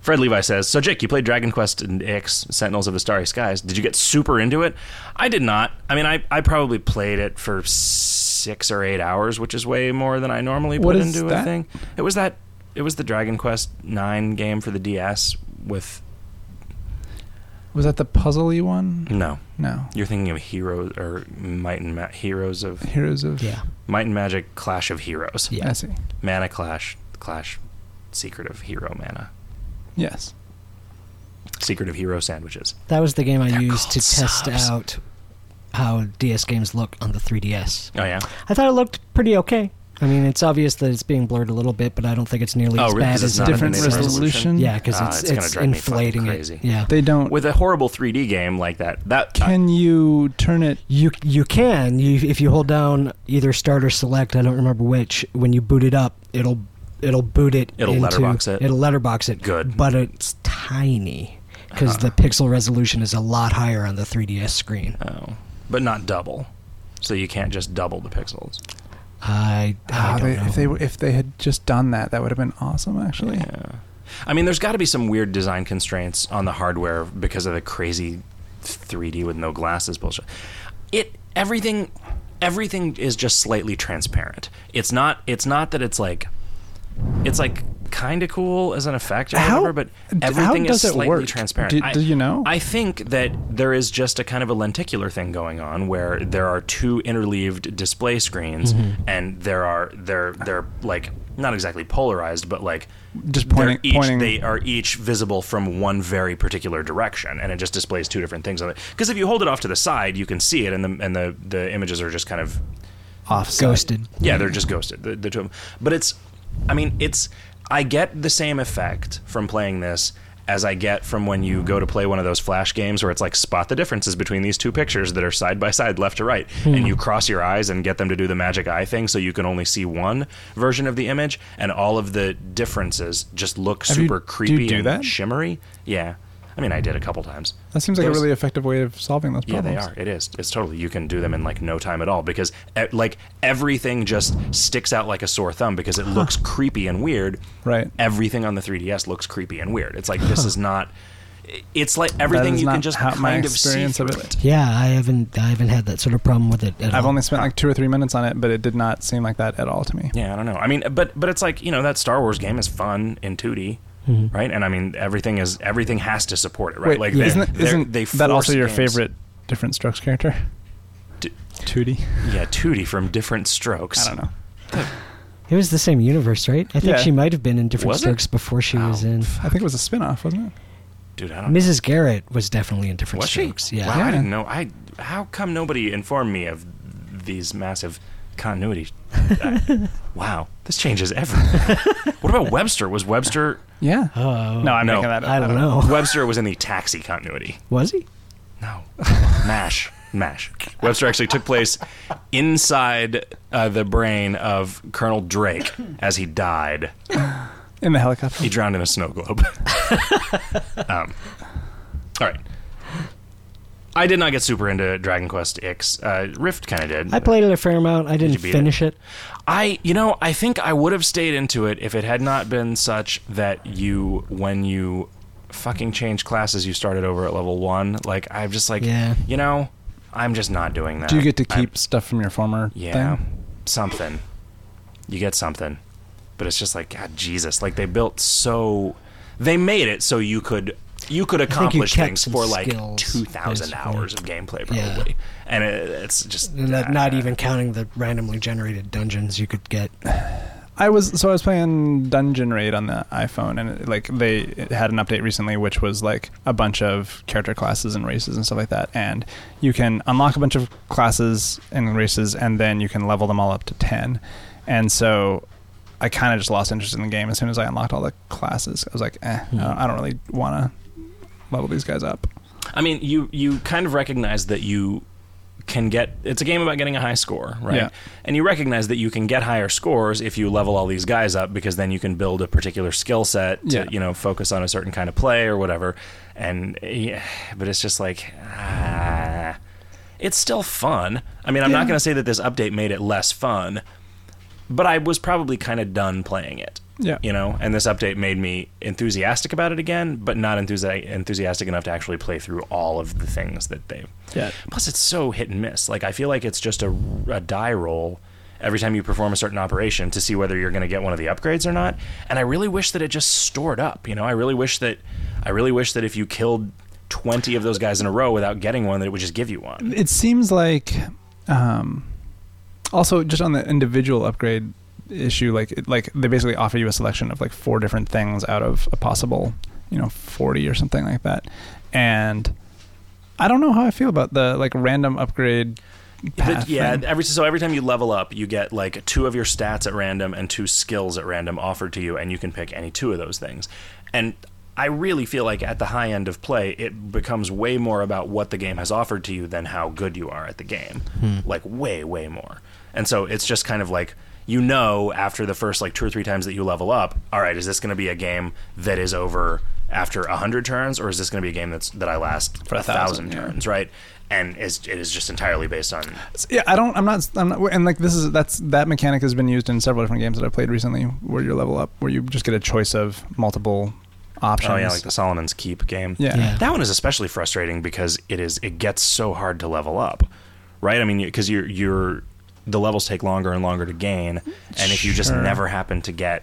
Fred Levi says, "So Jake, you played Dragon Quest and X Sentinels of the Starry Skies. Did you get super into it? I did not. I mean, I, I probably played it for six or eight hours, which is way more than I normally put What is into a that? thing. It was that it was the Dragon Quest Nine game for the DS with Was that the puzzly one? no. No. You're thinking of Heroes or Might and Ma- Heroes of Heroes of E. Yeah. Might and Magic Clash of Heroes, Yeah. I see. Mana Clash, Clash, Secret of Hero Mana, Yes. Secret of Hero sandwiches. That was the game I They're used to called test subs. out how DS games look on the 3DS. Oh yeah. I thought it looked pretty okay. I mean, it's obvious that it's being blurred a little bit, but I don't think it's nearly Oh, as really? bad 'Cause it's as not it in the Different same is. resolution. Yeah, because Ah, it's, it's it's, gonna drive me fucking inflating crazy. it. Yeah, They don't. with uh, a horrible 3D game like that. That can you turn it? you you can you if you hold down either start or select. I don't remember which. When you boot it up, it'll it'll boot it. It'll into- letterbox it. It'll letterbox it. Good. Uh-huh. but it's tiny because the pixel resolution is a lot higher on the 3DS screen. oh, but not double. So you can't just double the pixels. I, I Ah, don't they, know. if they were- if they had just done that, that would have been awesome. Actually, Yeah. I mean, there's got to be some weird design constraints on the hardware because of the crazy 3D with no glasses bullshit. It everything everything is just slightly transparent. It's not it's not that it's like it's like kind of cool as an effect or How- whatever, but d- how everything is does it slightly work? transparent. Do- I- do you know? I think that there is just a kind of a lenticular thing going on where there are two interleaved display screens Mm-hmm. and there are they're they're like not exactly polarized, but like Just they're pointing- each- pointing- They are each visible from one very particular direction, and it just displays two different things on it. Because if you hold it off to the side, you can see it, and the and the the images are just kind of offside. ghosted. yeah, they're just ghosted. The, the two of them. But it's, I mean, it's. I get the same effect from playing this as I get from when you go to play one of those flash games where it's like spot the differences between these two pictures that are side by side, left to right, Hmm. and you cross your eyes and get them to do the magic eye thing so you can only see one version of the image, and all of the differences just look Have you- super do you creepy do and that? shimmery. Yeah, I mean, I did a couple times. That seems like Those- a really effective way of solving those yeah, problems. they are. It is. It's totally. You can do them in like no time at all because eh, like everything just sticks out like a sore thumb because it looks creepy and weird. Right. Everything on the 3DS looks creepy and weird. It's like this is not. It's like everything is you can not just how- kind my of see experience of through it. Yeah, I haven't I haven't had that sort of problem with it at I've all. only spent like two or three minutes on it, but it did not seem like that at all to me. Yeah, I don't know. I mean, but but it's like you know that Star Wars game is fun in 2D. Right, and I mean everything is everything has to support it, right? Mm-hmm. Wait, like isn't, they're- isn't they're- they that also force your games favorite different strokes character? to- Tootie. Yeah, Tootie from Different Strokes. I don't know. It was the same universe, right? I think Yeah. she might have been in different Was it? strokes before she was Oh, in. I think it was a spin-off, wasn't it? Dude, I don't know. Mrs. Garrett was definitely in different Was she? strokes. Yeah. Wow, I Yeah. didn't know. I how come nobody informed me of these massive continuity? I- wow, this changes everything. what about Webster? Was Webster Yeah. Oh. no, I'm No. making that up. I don't know. Webster was in the Taxi continuity? Was he? No, (laughs) Mash. Mash. Webster actually took place inside uh, the brain of Colonel Drake as he died. In the helicopter. He drowned in a snow globe. (laughs) um, all right. I did not get super into Dragon Quest X. Uh, Rift kind of did. I played it a fair amount. I didn't you beat finish it? I, you know, I think I would have stayed into it if it had not been such that you, when you fucking changed classes, you started over at level one. Like, I'm just like, Yeah. you know, I'm just not doing that. Do you get to keep I'm- stuff from your former yeah, thing? something. You get something, but it's just like God, Jesus! Like they built so, they made it so you could you could accomplish kept things some for like skills, two thousand basically. hours of gameplay Yeah. probably, and it, it's just And that- not uh, even counting the randomly generated dungeons you could get. I was so I was playing Dungeon Raid on the iPhone, and it, like they it had an update recently, which was like a bunch of character classes and races and stuff like that. And you can unlock a bunch of classes and races, and then you can level them all up to ten. And so I kind of just lost interest in the game as soon as I unlocked all the classes. I was like, eh, I don't- I don't really want to level these guys up. I mean, you you kind of recognize that you can get it's a game about getting a high score, right? Yeah. And you recognize that you can get higher scores if you level all these guys up because then you can build a particular skill set to, Yeah. you know, focus on a certain kind of play or whatever. And yeah, but it's just like ah, it's still fun. I mean, I'm not Yeah. going to say that this update made it less fun, but I was probably kind of done playing it. Yeah. You know, and this update made me enthusiastic about it again, but not enthusi- enthusiastic enough to actually play through all of the things that they. Yeah. Plus, it's so hit and miss. Like, I feel like it's just a, a die roll every time you perform a certain operation to see whether you're going to get one of the upgrades or not. And I really wish that it just stored up. You know, I really wish that, I really wish that if you killed 20 of those guys in a row without getting one, that it would just give you one. it seems like um, also just on the individual upgrade issue like it, like they basically offer you a selection of like four different things out of a possible you know 40 or something like that and i don't know how i feel about the like random upgrade But path yeah, thing. every so every time you level up, you get like two of your stats at random and two skills at random offered to you, and you can pick any two of those things. And I really feel like at the high end of play, it becomes way more about what the game has offered to you than how good you are at the game. Like way, way more. And so it's just kind of like you know after the first like two or three times that you level up, all right, is this going to be a game that is over after a hundred turns, or is this going to be a game that's that I last for a thousand, 1,000, yeah. turns, right? And is, it is just entirely based on So, yeah, I don't. I'm not. I'm not. And like this is that's that mechanic has been used in several different games that I've played recently, where you level up, where you just get a choice of multiple options. Oh yeah, like the Solomon's Keep game. Yeah. Yeah. that one is especially frustrating because it is it gets so hard to level up, right? I mean, because you're you're the levels take longer and longer to gain, and if you just Sure. never happen to get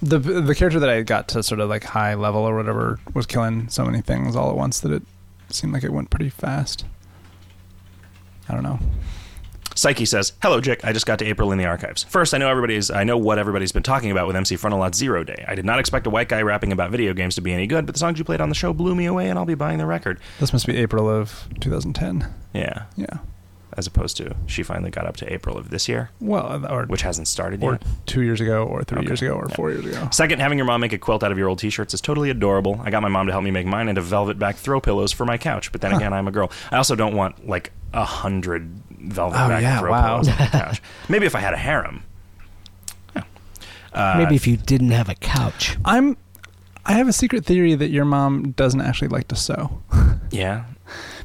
the the character that I got to sort of like high level or whatever was killing so many things all at once that it seemed like it went pretty fast. I don't know. Psyche says, "Hello, Jick. I just got to April in the archives. First, I know everybody's. I know what everybody's been talking about with MC Frontal Lot Zero Day. I did not expect a white guy rapping about video games to be any good, but the songs you played on the show blew me away, and I'll be buying the record. This must be April of 2010. Yeah, Yeah. as opposed to she finally got up to April of this year, Well, uh, or which hasn't started or yet. two years ago, or three Okay. years ago, or Yeah. four years ago. Second, having your mom make a quilt out of your old t-shirts is totally adorable. I got my mom to help me make mine into velvet back throw pillows for my couch, but then again, I'm a girl. I also don't want like a hundred velvet Oh, back yeah, throw wow. pillows on (laughs) my couch. Maybe if I had a harem. Yeah. Uh, Maybe if you didn't have a couch. I'm. I have a secret theory that your mom doesn't actually like to sew Yeah.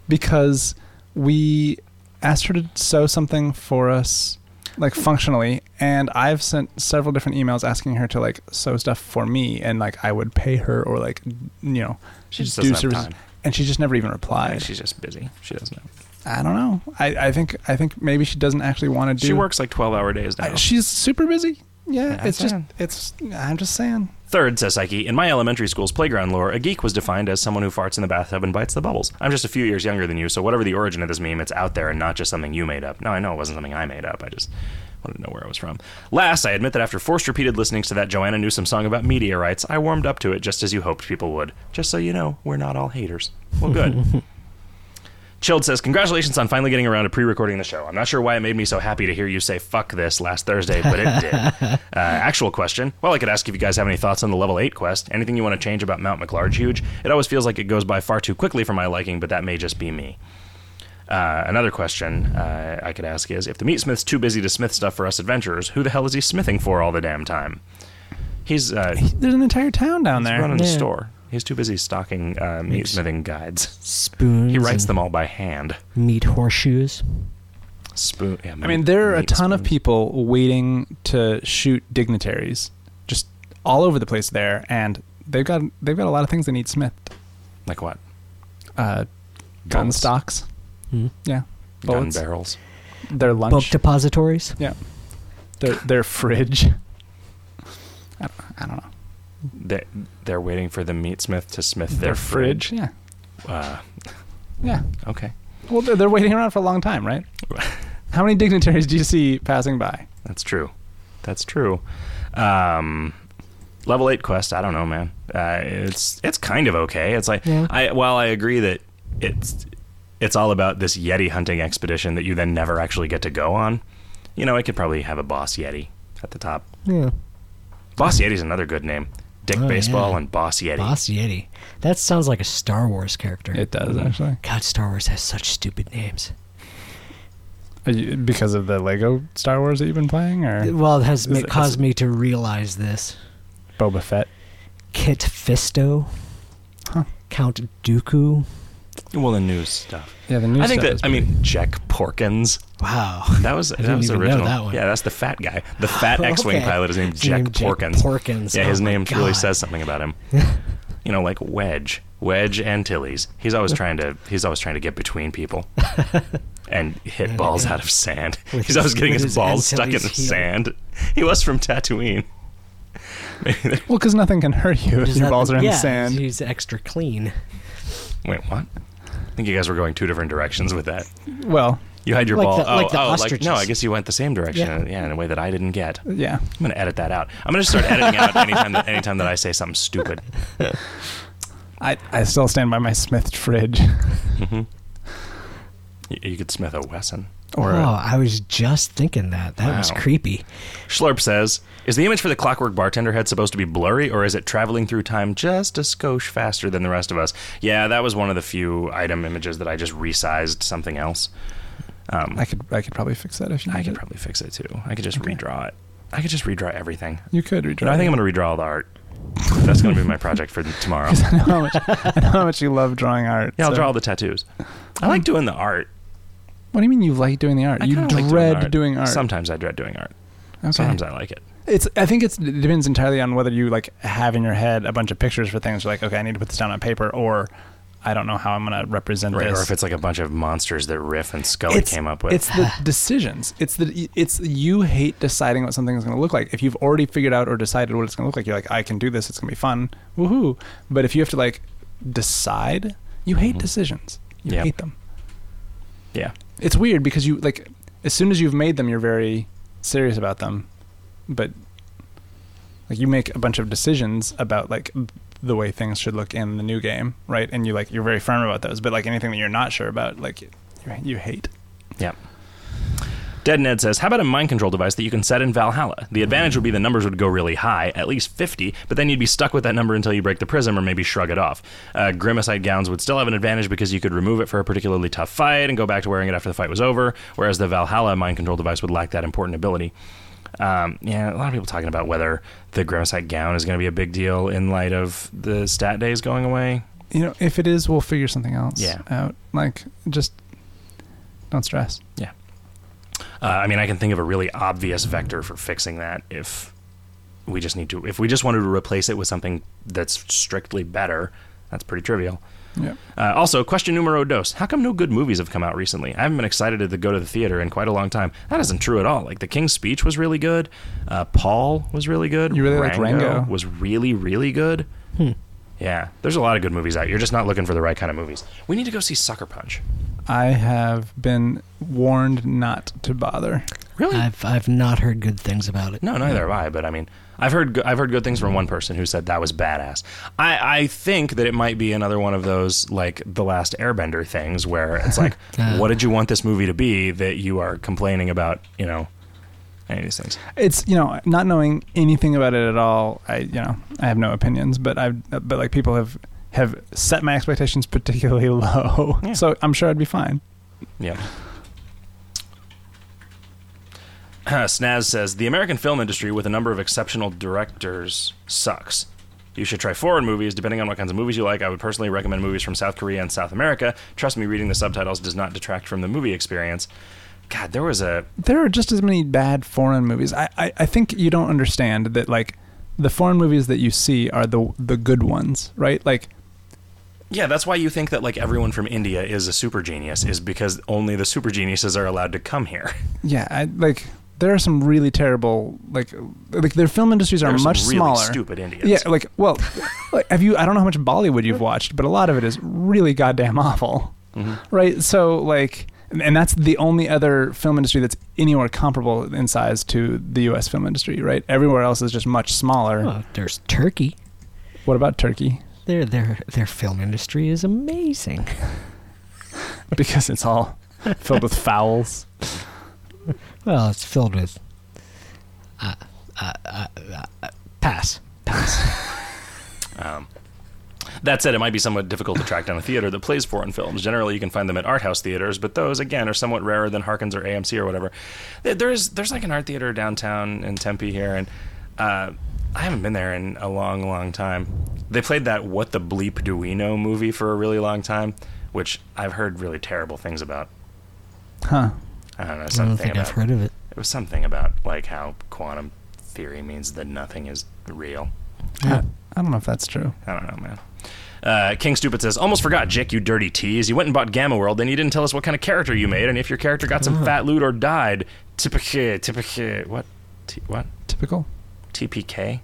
because we asked her to sew something for us, like functionally, and I've sent several different emails asking her to like sew stuff for me, and like I would pay her or like you know She just doesn't have services- time. and she just never even I replied. think she's just busy. She doesn't know. I don't know. I, I think I think maybe she doesn't actually want to do. She works like 12 hour days now. I- she's super busy. Yeah, I'm it's just saying. it's. I'm just saying. Third, says Psyche, in my elementary school's playground lore, a geek was defined as someone who farts in the bathtub and bites the bubbles. I'm just a few years younger than you, so whatever the origin of this meme, it's out there and not just something you made up. No, I know it wasn't something I made up. I just wanted to know where I was from. Last, I admit that after forced repeated listenings to that Joanna Newsom song about meteorites, I warmed up to it just as you hoped people would. Just so you know, we're not all haters. Well, good. Chilled says, Congratulations on finally getting around to pre recording the show. I'm not sure why it made me so happy to hear you say fuck this last Thursday, but it did. Uh, actual question. Well, I could ask if you guys have any thoughts on the level 8 quest. Anything you want to change about Mount McLarge Huge? It always feels like it goes by far too quickly for my liking, but that may just be me. Uh, another question uh, I could ask is if the meat smith's too busy to smith stuff for us adventurers, who the hell is he smithing for all the damn time? He's, uh, he's There's an entire town down there. running the Yeah. store. He's too busy stocking uh, meat Makes- smithing guides. Spoons. He writes and them all by hand. Meat horseshoes. Spoon. Yeah, I mean, there are a meat ton of spoons. people waiting to shoot dignitaries, just all over the place there, and they've got they've got a lot of things that need smith. Like what? Uh, gun Bullets. stocks, Hmm. yeah, Gun bullets, barrels. their Bulk lunch, depositories. their their fridge. (laughs) I don't, I don't know They, they're waiting for the meat smith to smith their, Yeah, Uh, yeah. okay, Well, they're, they're waiting around for a long time, (laughs) right? How many dignitaries do you see passing by? that's true. That's true. Um, level eight quest. I don't know, man. Uh, it's it's kind of okay. It's like Yeah. I while I agree that it's it's all about this yeti hunting expedition that you then never actually get to go on. You know, I could probably have a boss yeti at the top. Yeah. Boss yeti's another good name. Dick Oh, baseball yeah. and boss yeti. Boss Yeti. That sounds like a Star Wars character. It does actually, God, Star Wars has such stupid names. because of the Lego Star Wars that you've been playing, or Well, it has Is it- caused me to realize this. Boba Fett. Kit Fisto, Huh. Count Dooku. Well, the news stuff. Yeah, the new I think stuff that is I mean Jack Porkins. Wow. That was that didn't was even know original. that one. Yeah, that's the fat guy. (laughs) The fat X-wing Okay. pilot is named His Jack name is Porkins. Porkins. Yeah, Oh his my name really God. says something about him. (laughs) you know, like Wedge, Wedge Antilles. He's always trying to he's always trying to get between (laughs) people and hit balls out of sand. With he's always his- getting with his, his balls stuck in the Antilles heel. sand. He was from Tatooine. (laughs) Maybe they- Well, because nothing can hurt you if There's your balls are nothing- in the yeah, sand. He's extra clean. Wait, what? I think you guys were going two different directions with that. Well, You had your Like ball. the- oh, like the oh, ostriches. no, I guess you went the same direction. Yeah. yeah, in a way that I didn't get. yeah. I'm gonna edit that out. I'm gonna start editing out anytime that anytime that I say something stupid. I, I still stand by my Smith fridge. (laughs) You, Mm-hmm. you could Smith a Wesson. Or uh, oh, a, I was just thinking that. That was Wow. creepy. Schlurp says, "Is the image for the clockwork bartender head supposed to be blurry, or is it traveling through time just a skosh faster than the rest of us?" Yeah, that was one of the few item images that I just resized something else. Um, I could I could probably fix that if you. I need could it. probably fix it too. I could just Okay. redraw it. I could just redraw everything. You could redraw. No, I think (laughs) I'm gonna redraw all the art. That's gonna be my project for tomorrow. Because I know how much I know how much you love drawing art. Yeah, I'll so- draw all the tattoos. I like doing the art. What do you mean you like doing the art? I you kinda dread like doing art. Sometimes I dread doing art. Okay. Sometimes I like it. It's. I think it's, it depends entirely on whether you like have in your head a bunch of pictures for things. You're like, okay, I need to put this down on paper, or I don't know how I'm gonna represent Right, this. or if it's like a bunch of monsters that Riff and Scully came up with. It's (laughs) the decisions. It's the it's you hate deciding what something is going to look like. If you've already figured out or decided what it's going to look like, you're like, I can do this. It's going to be fun. Woohoo! But if you have to like decide, you hate Mhm. decisions. You Yeah. hate them. yeah, It's weird because you like as soon as you've made them, you're very serious about them, but like you make a bunch of decisions about like the way things should look in the new game, right? And you like you're very firm about those. But like anything that you're not sure about, like you, you hate. yeah. Dead Ned says, "How about a mind control device that you can set in Valhalla? The advantage would be the numbers would go really high, at least 50, but then you'd be stuck with that number until you break the prism or maybe shrug it off. Uh, Grimaceite gowns would still have an advantage because you could remove it for a particularly tough fight and go back to wearing it after the fight was over, whereas the Valhalla mind control device would lack that important ability." Um, yeah, a lot of people talking about whether the Grimaceite gown is going to be a big deal in light of the stat days going away. you know, if it is, we'll figure something else Yeah. out. Like, just don't stress. Uh, I mean, I can think of a really obvious vector for fixing that if we just need to, if we just wanted to replace it with something that's strictly better, that's pretty trivial. Yeah. Uh, also, question numero dos: How come no good movies have come out recently? I haven't been excited to go to the theater in quite a long time. That isn't true at all. Like The King's Speech was really good. Uh, Paul was really good. You really liked Rango. Was really really good. Yeah, there's a lot of good movies out. You're just not looking for the right kind of movies. We need to go see Sucker Punch. I have been warned not to bother. Really? I've I've not heard good things about it. No, neither have I. But I mean, I've heard go- I've heard good things from one person who said that was badass. I I think that it might be another one of those like the last Airbender things where it's like, Uh. what did you want this movie to be that you are complaining about? You know, any of these things. It's you know not knowing anything about it at all. I you know I have no opinions, but I but like people have have set my expectations particularly (laughs) low, Yeah. so I'm sure I'd be fine. Yeah. (clears throat) Snaz says the American film industry, with a number of exceptional directors, sucks. You should try foreign movies, depending on what kinds of movies you like. I would personally recommend movies from South Korea and South America. Trust me, reading the subtitles does not detract from the movie experience. God, there was a there are just as many bad foreign movies. I, I, I think you don't understand that like the foreign movies that you see are the the good ones, right? Like yeah. That's why you think that like everyone from India is a super genius is because only the super geniuses are allowed to come here. yeah, I like there are some really terrible like like their film industries are There's much really smaller. stupid Indians. Yeah, like well, like, have you? I don't know how much Bollywood you've watched, but a lot of it is really goddamn awful, Mm-hmm. right? So like, and- and that's the only other film industry that's anywhere comparable in size to the U.S. film industry, right? Everywhere else is just much smaller. Oh, there's Turkey. What (laughs) about Turkey? Their their their film industry is amazing. because it's all filled with fowls. Well, it's filled with. Uh, uh, uh, uh, uh, pass. Um, that said, it might be somewhat difficult to track down a theater that plays foreign films. Generally, you can find them at art house theaters, but those again are somewhat rarer than Harkins or AMC or whatever. There- There's there's like an art theater downtown in Tempe here, and uh, I haven't been there in a long, long time. They played that "What the Bleep Do We Know" movie for a really long time, which I've heard really terrible things about. Huh. I don't know I don't something think about I've heard of it. it was something about like how quantum theory means that nothing is real. Yeah. I, I don't know if that's true. I don't know, man. Uh, King Stupid says, almost forgot, Jick, you dirty tease. You went and bought Gamma World, then you didn't tell us what kind of character you made and if your character got Ah. some fat loot or died. Typique, typique, what? T- what? Typical. TPK?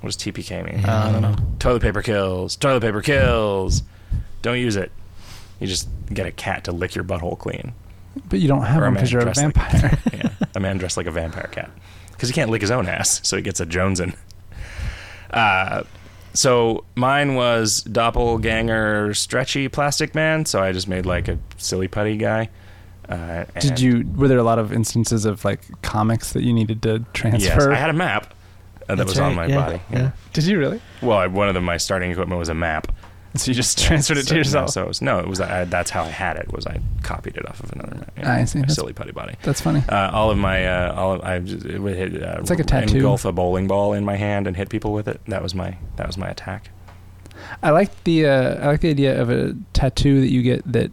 What does TPK mean? Yeah, I don't know. Toilet paper kills. Toilet paper kills. Don't use it. You just get a cat to lick your butthole clean. But you don't have Or a one man because you're a dressed like- vampire. (laughs) (laughs) yeah, a man dressed like a vampire cat because he can't lick his own ass, so he gets a Jones in. Uh, so mine was doppelganger stretchy plastic man. So I just made like a silly putty guy. Uh, and- Did you? Were there a lot of instances of like comics that you needed to Yes, transfer? I had a map uh, that That's was on right, my yeah, body. Yeah. yeah. (laughs) Did you really? Well, I, one of the, my starting equipment was a map. So you just transferred it So, to no, yourself. so it was, no, it was I, that's how I had it. Was I copied it off of another map? yeah, I see. my That's- silly putty body. That's funny. Uh, all of my uh, all of, I just, it would hit. Uh, It's like a tattoo. Engulf a bowling ball in my hand and hit people with it. That was my that was my attack. I like the uh, I like the idea of a tattoo that you get that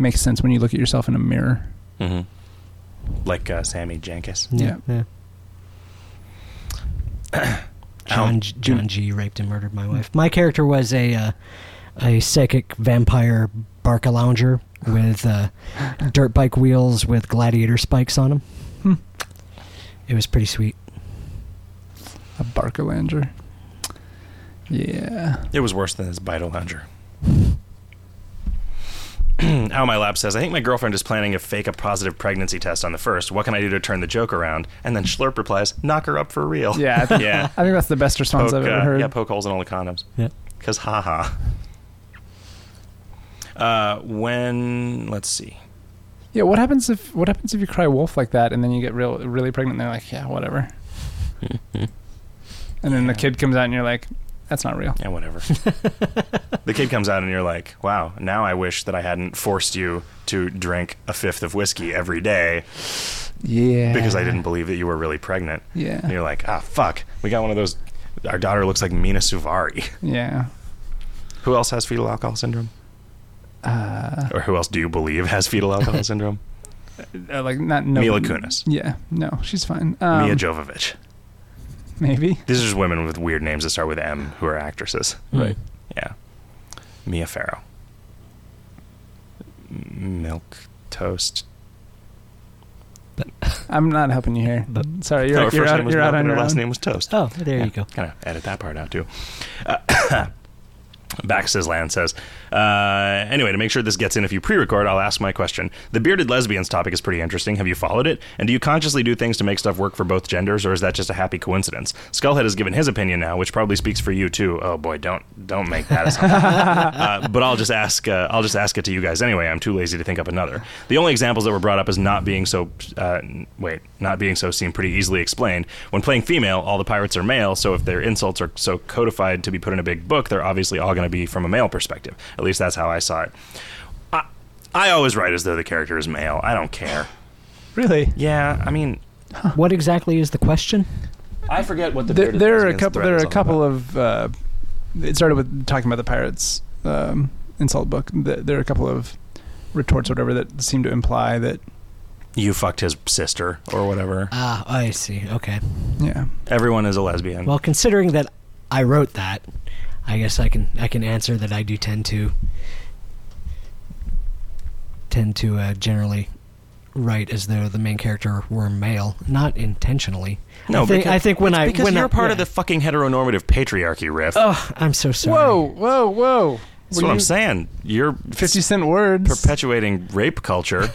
makes sense when you look at yourself in a mirror. Mm-hmm. Like uh, Sammy Jenkins. Yeah. yeah. Um, John, G- John G. raped and murdered my wife. My character was a uh, a psychic vampire barca lounger with uh, dirt bike wheels with gladiator spikes on them. Hmm. It was pretty sweet. A Barker Langer. Yeah. It was worse than his bridal lounger. (clears throat) Ow, my lap says, I think my girlfriend is planning to fake a positive pregnancy test on the first. What can I do to turn the joke around? And then Schlurp replies, knock her up for real. Yeah. I (laughs) think, Yeah. (laughs) I think that's the best response Poke, I've ever uh, heard. yeah, poke holes in all the condoms. Yeah. Because haha. Uh, when, let's see. Yeah, what happens if what happens if you cry wolf like that and then you get real really pregnant and they're like, yeah, (laughs) whatever. and then the kid comes out and you're like, that's not real. Yeah, (laughs) whatever. the kid comes out and you're like, wow, now I wish that I hadn't forced you to drink a fifth of whiskey every day Yeah. because I didn't believe that you were really pregnant. And Yeah. you're like, ah, fuck. We got one of those. Our daughter looks like Mina Suvari. (laughs) Yeah. Who else has fetal alcohol syndrome? Uh, Or who else do you believe has fetal (laughs) alcohol syndrome? uh, like not no. Mila Kunis. Yeah. No, she's fine. Um, Mia Jovovich. Maybe. These are just women with weird names that start with M who are actresses. Right. Yeah. Mia Farrow. milk toast. I'm not helping you here. But- Sorry, No, you're, her you're first out, name was you're milk out on and her your last own. name was toast. Oh, there you go. Kind of edit that part out too. (coughs) Uh, Baxisland says, uh, anyway, to make sure this gets in if you pre record, I'll ask my question. The bearded lesbians topic is pretty interesting. Have you followed it? And do you consciously do things to make stuff work for both genders, or is that just a happy coincidence? Skullhead has given his opinion now, which probably speaks for you too. Oh boy, don't don't make that assumption. uh, but I'll just ask uh, I'll just ask it to you guys anyway. I'm too lazy to think up another. The only examples that were brought up is not being so uh, n- wait, not being so seem pretty easily explained. When playing female, all the pirates are male, so if their insults are so codified to be put in a big book, they're obviously all going to be from a male perspective. At least that's how I saw it. I, I always write as though the character is male. I don't care. Really? Yeah, I mean, What exactly is the question? I forget what the There, bearded there are a lesbian's couple. thread There is are a all couple about. of. Uh, it started with talking about the pirates um, insult book. Th- There are a couple of retorts, or whatever, that seem to imply that. you fucked his sister or whatever. Ah, I see. Okay. Yeah. Everyone is a lesbian. Well, considering that I wrote that, I guess I can I can answer that I do tend to tend to uh, generally write as though the main character were male, not intentionally. I think, because- I think when it's I because when you're I, part of yeah. the fucking heteronormative patriarchy, riff. Oh, I'm so sorry. whoa, whoa! That's what I'm saying. You're Fifty cent words. perpetuating rape culture.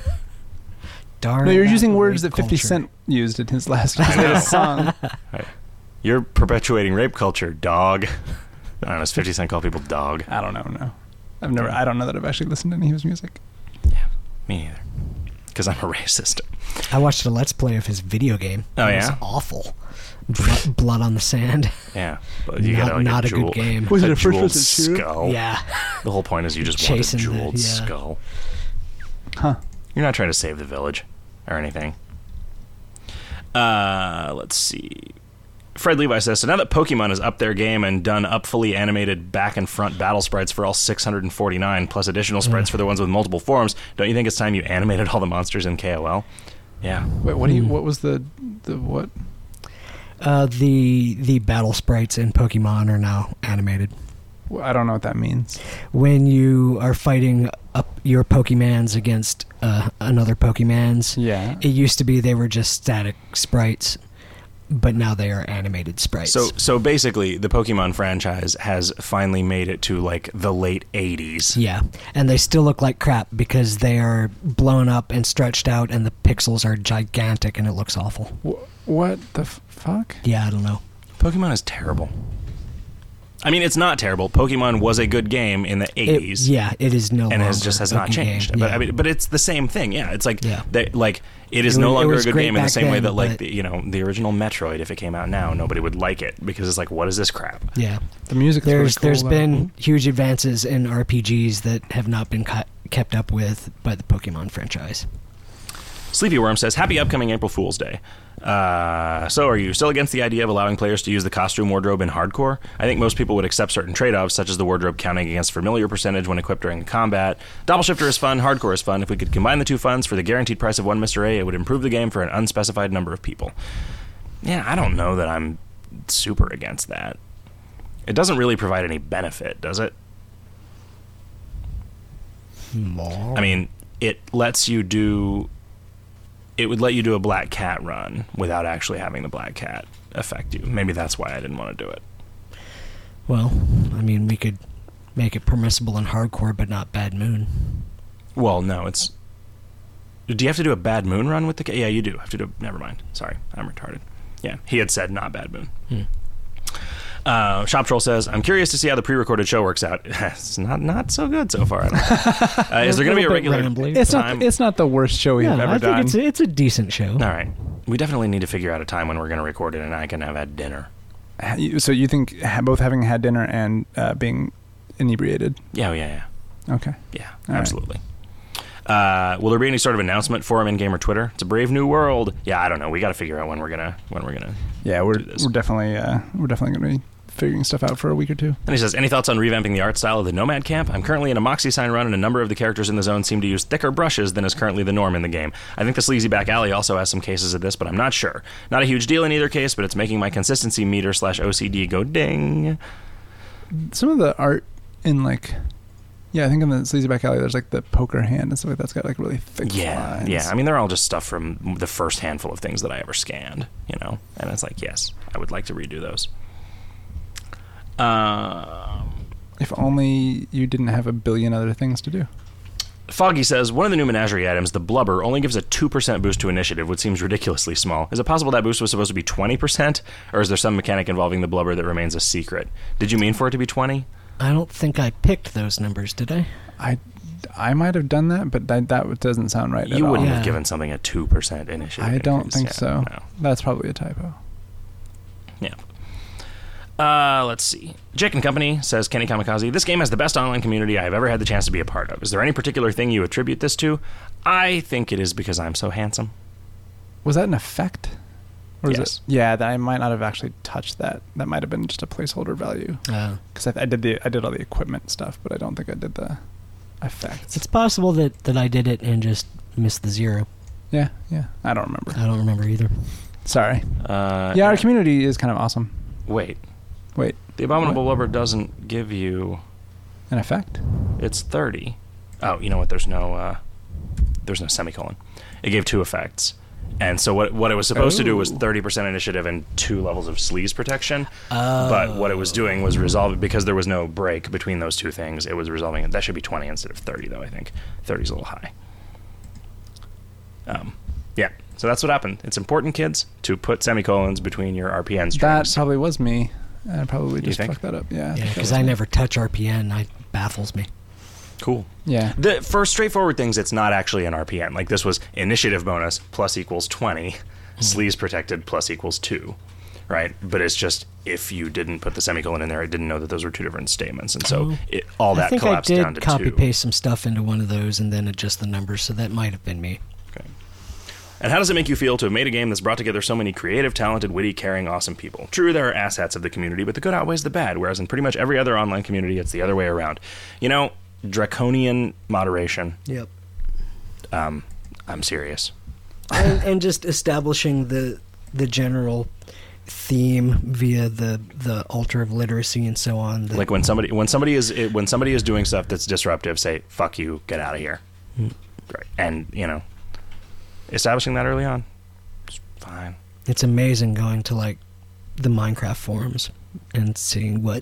darn. no, you're that using words rape that Fifty culture. Cent used in his last (laughs) his I know. (laughs) latest song. You're perpetuating rape culture, dog. I don't know. Does 50 Cent call people dog? I don't know. No, I've never. I don't know that I've actually listened to any of his music. Me neither. Because I'm a racist. I watched a let's play of his video game. Oh, It was yeah? awful. Blood, blood on (laughs) the sand. Yeah. But not like, not a, jewel- good game. Was it a a first jeweled person shooter? skull? Yeah. The whole point is you just Chasing the- want a jeweled yeah. skull. Huh? You're not trying to save the village or anything. Uh, let's see. Fred Levi says So now that Pokemon is up their game and done up fully animated back and front battle sprites for all 649, plus additional sprites for the ones with multiple forms, don't you think it's time you animated all the monsters in KOL? Yeah. Wait, what do you? What was the the what? Uh, the the battle sprites in Pokemon are now animated. Well, I don't know what that means. When you are fighting up your Pokemans against uh, another Pokemans, Yeah. it used to be they were just static sprites, but now they are animated sprites. So, so basically, the Pokemon franchise has finally made it to like the late 80s. yeah, and they still look like crap because they are blown up and stretched out, and the pixels are gigantic, and it looks awful. Wh- what the f- fuck? Yeah, I don't know. Pokemon is terrible. I mean, it's not terrible. Pokemon was a good game in the 80s. It, yeah, it is no and longer it just has a not good game. changed. But Yeah. I mean, but it's the same thing. Yeah, it's like Yeah. they- like it is It no was- it longer a was good great game in the back same way then, that like but- the, you know the original Metroid, if it came out now, nobody would like it because it's like what is this crap? yeah. The music. there's really there's cool, though. been huge advances in RPGs that have not been cu- kept up with by the Pokemon franchise. Sleepy Worm says, "Happy upcoming April Fool's Day." Uh, so, are you still against the idea of allowing players to use the costume wardrobe in hardcore? I think most people would accept certain trade-offs, such as the wardrobe counting against familiar percentage when equipped during combat. Double shifter is fun, hardcore is fun. If we could combine the two funds for the guaranteed price of one Mr. A, it would improve the game for an unspecified number of people. Yeah, I don't know that I'm super against that. It doesn't really provide any benefit, does it? I mean, it lets you do. It would let you do a black cat run without actually having the black cat affect you. Maybe that's why I didn't want to do it. well, I mean we could make it permissible in hardcore, but not Bad Moon. Well, no, it's. Do you have to do a bad moon run with the cat? Yeah, you do have to do. Never mind. Sorry, I'm retarded. Yeah, he had said not bad moon. Hmm. Uh, Shop Troll says, "I'm curious to see how the pre-recorded show works out. (laughs) it's not not so good so far. I don't think. (laughs) uh, is there going to be a Little bit regular? rambly. It's time- not. It's not the worst show we've Yeah, ever I done. think it's a, it's a decent show. All right, we definitely need to figure out a time when we're going to record it, and I can have had dinner. Ha- you- So you think ha- both having had dinner and uh, being inebriated? Yeah, oh, yeah, yeah." Okay. Yeah, All right. absolutely. Uh, will there be any sort of announcement for him in game or Twitter? It's a brave new world. Yeah, I don't know. We got to figure out when we're gonna when we're gonna. Yeah, we're Do this. we're definitely uh, we're definitely going to be figuring stuff out for a week or two. And he says, any thoughts on revamping the art style of the Nomad Camp? I'm currently in a Moxie sign run, and a number of the characters in the zone seem to use thicker brushes than is currently the norm in the game. I think the Sleazy Back Alley also has some cases of this, but I'm not sure. Not a huge deal in either case, but it's making my consistency meter slash OCD go ding. Some of the art in like Yeah, I think in the Sleazyback Alley, there's like the poker hand and stuff like that's got like really thick yeah, lines. yeah. I mean, they're all just stuff from the first handful of things that I ever scanned, you know. And it's like, yes, I would like to redo those. Um, if only you didn't have a billion other things to do. Foggy says one of the new menagerie items, the blubber, only gives a two percent boost to initiative, which seems ridiculously small. Is it possible that boost was supposed to be twenty percent, or is there some mechanic involving the blubber that remains a secret? Did you mean for it to be twenty? I don't think I picked those numbers, did I? I, I might have done that, but that, that doesn't sound right. You at wouldn't all. have Yeah. given something a two percent initiative. I don't increase. think Yeah, so. no. That's probably a typo. Yeah. Uh, let's see. Jake and Company says Kenny Kamikaze. This game has the best online community I have ever had the chance to be a part of. Is there any particular thing you attribute this to? I think it is because I'm so handsome. Was that an effect? Or is Yes. it? Yeah, that I might not have actually touched that. That might have been just a placeholder value Uh, because I, I did the I did all the equipment stuff, but I don't think I did the effects. it's possible that, that I did it and just missed the zero. yeah, yeah. I don't remember. I don't remember either. Sorry. Uh, yeah, our community is kind of awesome. Wait. Wait, The Abominable Blubber doesn't give you. an effect? It's 30. Oh, you know what? There's no. Uh, there's no semicolon. It gave two effects. And so what what it was supposed to do was Oh. 30% initiative and two levels of sleaze protection. Oh. But what it was doing was resolving because there was no break between those two things. It was resolving it. That should be 20 instead of 30, though. I think 30 is a little high. Um, yeah. So that's what happened. It's important, kids, to put semicolons between your RPN That strings. probably was me. I probably You just think? fucked that up. Yeah. I Yeah, think that because was I me. never touch RPN. I baffles me. cool. Yeah. The, for straightforward things, it's not actually an RPN. Like this was initiative bonus plus equals 20, Hmm. sleaze protected plus equals 2, right? But it's just if you didn't put the semicolon in there, it didn't know that those were two different statements. And so Oh. it, all I that think I collapsed down did to copy two. paste some stuff into one of those and then adjust the numbers, so that might have been me. Okay. And how does it make you feel to have made a game that's brought together so many creative, talented, witty, caring, awesome people? True, there are assets of the community, but the good outweighs the bad, whereas in pretty much every other online community, it's the other way around. You know, draconian moderation. Yep. Um, I'm serious. and, and just establishing the the general theme via the the altar of literacy and so on. The, Like when somebody when somebody is it- when somebody is doing stuff that's disruptive, say "fuck you, get out of here," right? And you know, establishing that early on, it's fine. it's amazing going to like the Minecraft forums and seeing what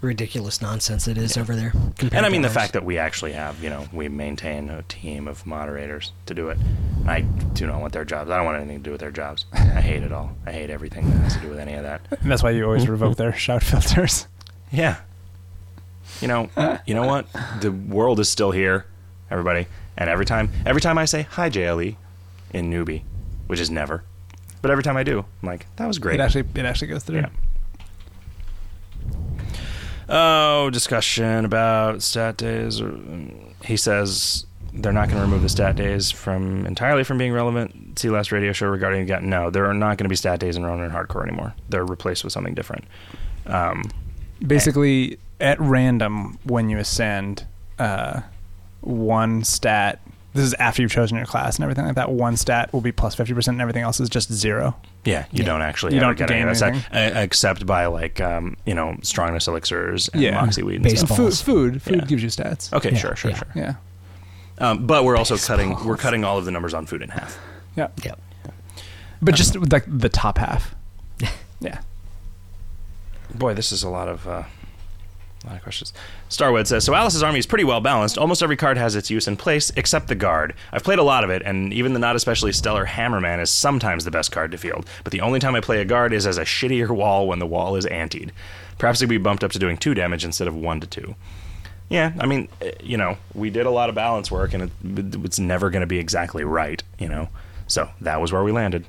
ridiculous nonsense it is over there. compared And I to mean the ours. fact that we actually have, you know, we maintain a team of moderators to do it. I do not want their jobs. I don't want anything to do with their jobs. (laughs) I hate it all. I hate everything that has to do with any of that. And that's why (laughs) you always revoke their shout filters. Yeah. You know, you know what? The world is still here, everybody. And every time, every time I say hi JLE in newbie, which is never, but every time I do, I'm like, that was great. It actually it actually goes through. Yeah. Oh, discussion about stat days. or- He says they're not going to remove the stat days from entirely from being relevant. See last radio show regarding that. No, there are not going to be stat days in Ronin and Hardcore anymore. They're replaced with something different. Um, Basically, at random, when you ascend, uh, one stat. This is after you've chosen your class and everything like that. One stat will be plus fifty percent, and everything else is just zero. yeah, you Yeah. don't actually You ever don't get any gain of that stat, anything. uh, except by like um, you know strongness elixirs and Yeah. moxie weed and Baseball. stuff. Food, Balls. food, food Yeah. gives you stats. Okay, Yeah, sure, sure, yeah. sure. Yeah, Um, but we're also cutting we're cutting all of the numbers on food in half. yeah. Yep. But just like the (laughs) top half. yeah. Boy, this is a lot of uh, a lot of questions. Starwood says, "So Alice's army is pretty well balanced. Almost every card has its use and place, except the guard. I've played a lot of it, and even the not especially stellar Hammerman is sometimes the best card to field. But the only time I play a guard is as a shittier wall when the wall is antied. Perhaps it'd be bumped up to doing two damage instead of one to two. Yeah, I mean, eh, you know, we did a lot of balance work, and it, it's never going to be exactly right, you know. So that was where we landed."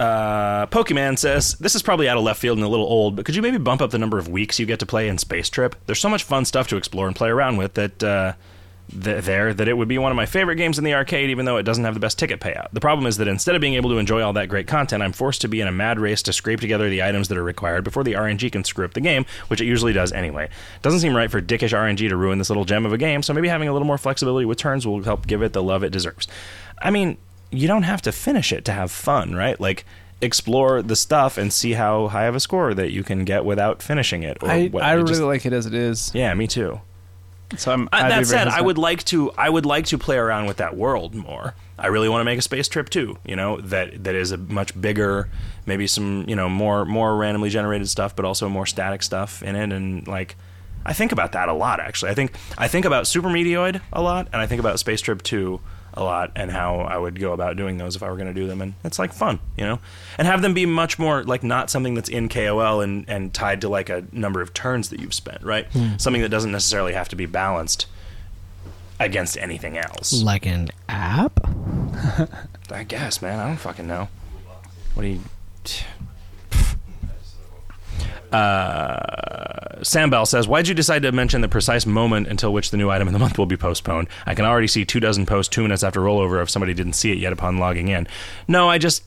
Uh, Pokemon says, This is probably out of left field and a little old, but could you maybe bump up the number of weeks you get to play in Space Trip? There's so much fun stuff to explore and play around with that. Uh, th- there, that it would be one of my favorite games in the arcade, even though it doesn't have the best ticket payout. The problem is that instead of being able to enjoy all that great content, I'm forced to be in a mad race to scrape together the items that are required before the RNG can screw up the game, which it usually does anyway. Doesn't seem right for dickish RNG to ruin this little gem of a game, so maybe having a little more flexibility with turns will help give it the love it deserves. I mean, you don't have to finish it to have fun, right? Like explore the stuff and see how high of a score that you can get without finishing it. Or I, what, I it really just- like it as it is. yeah, me too. So I'm. Uh, I'd be that very said, I hesitant. would like to. I would like to play around with that world more. I really want to make a space trip too. You know that that is a much bigger, maybe some you know more more randomly generated stuff, but also more static stuff in it. And like, I think about that a lot actually. I think I think about Super Meteoid a lot, and I think about Space Trip Two a lot, and how I would go about doing those if I were going to do them. And it's like fun, you know, and have them be much more like not something that's in KOL and and tied to like a number of turns that you've spent, right? Something that doesn't necessarily have to be balanced against anything else. Like an app? I guess, man. I don't fucking know. What do you? (sighs) Uh, Sam Bell says, "Why'd you decide to mention the precise moment until which the new item of the month will be postponed? I can already see two dozen posts two minutes after rollover if somebody didn't see it yet upon logging in. No, I just."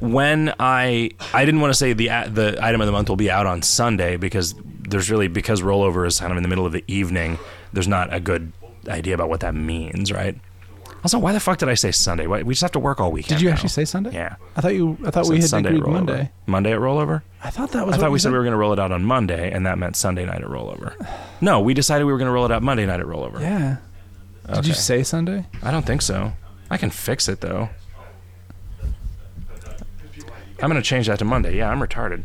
when I I didn't want to say the the item of the month will be out on Sunday because there's really because rollover is kind of in the middle of the evening. There's not a good idea about what that means, right? Also, why the fuck did I say Sunday? Why, we just have to work all weekend. Did you now. actually say Sunday? Yeah, I thought you. I thought Oh, we Said had Sunday at agreed rollover. Monday. Monday at rollover. I thought that was. I what thought we you said we were going to roll it out on Monday, and that meant Sunday night at rollover. (sighs) No, we decided we were going to roll it out Monday night at rollover. Yeah. Did Okay. you say Sunday? I don't think so. I can fix it though. I'm gonna change that to Monday. Yeah, I'm retarded.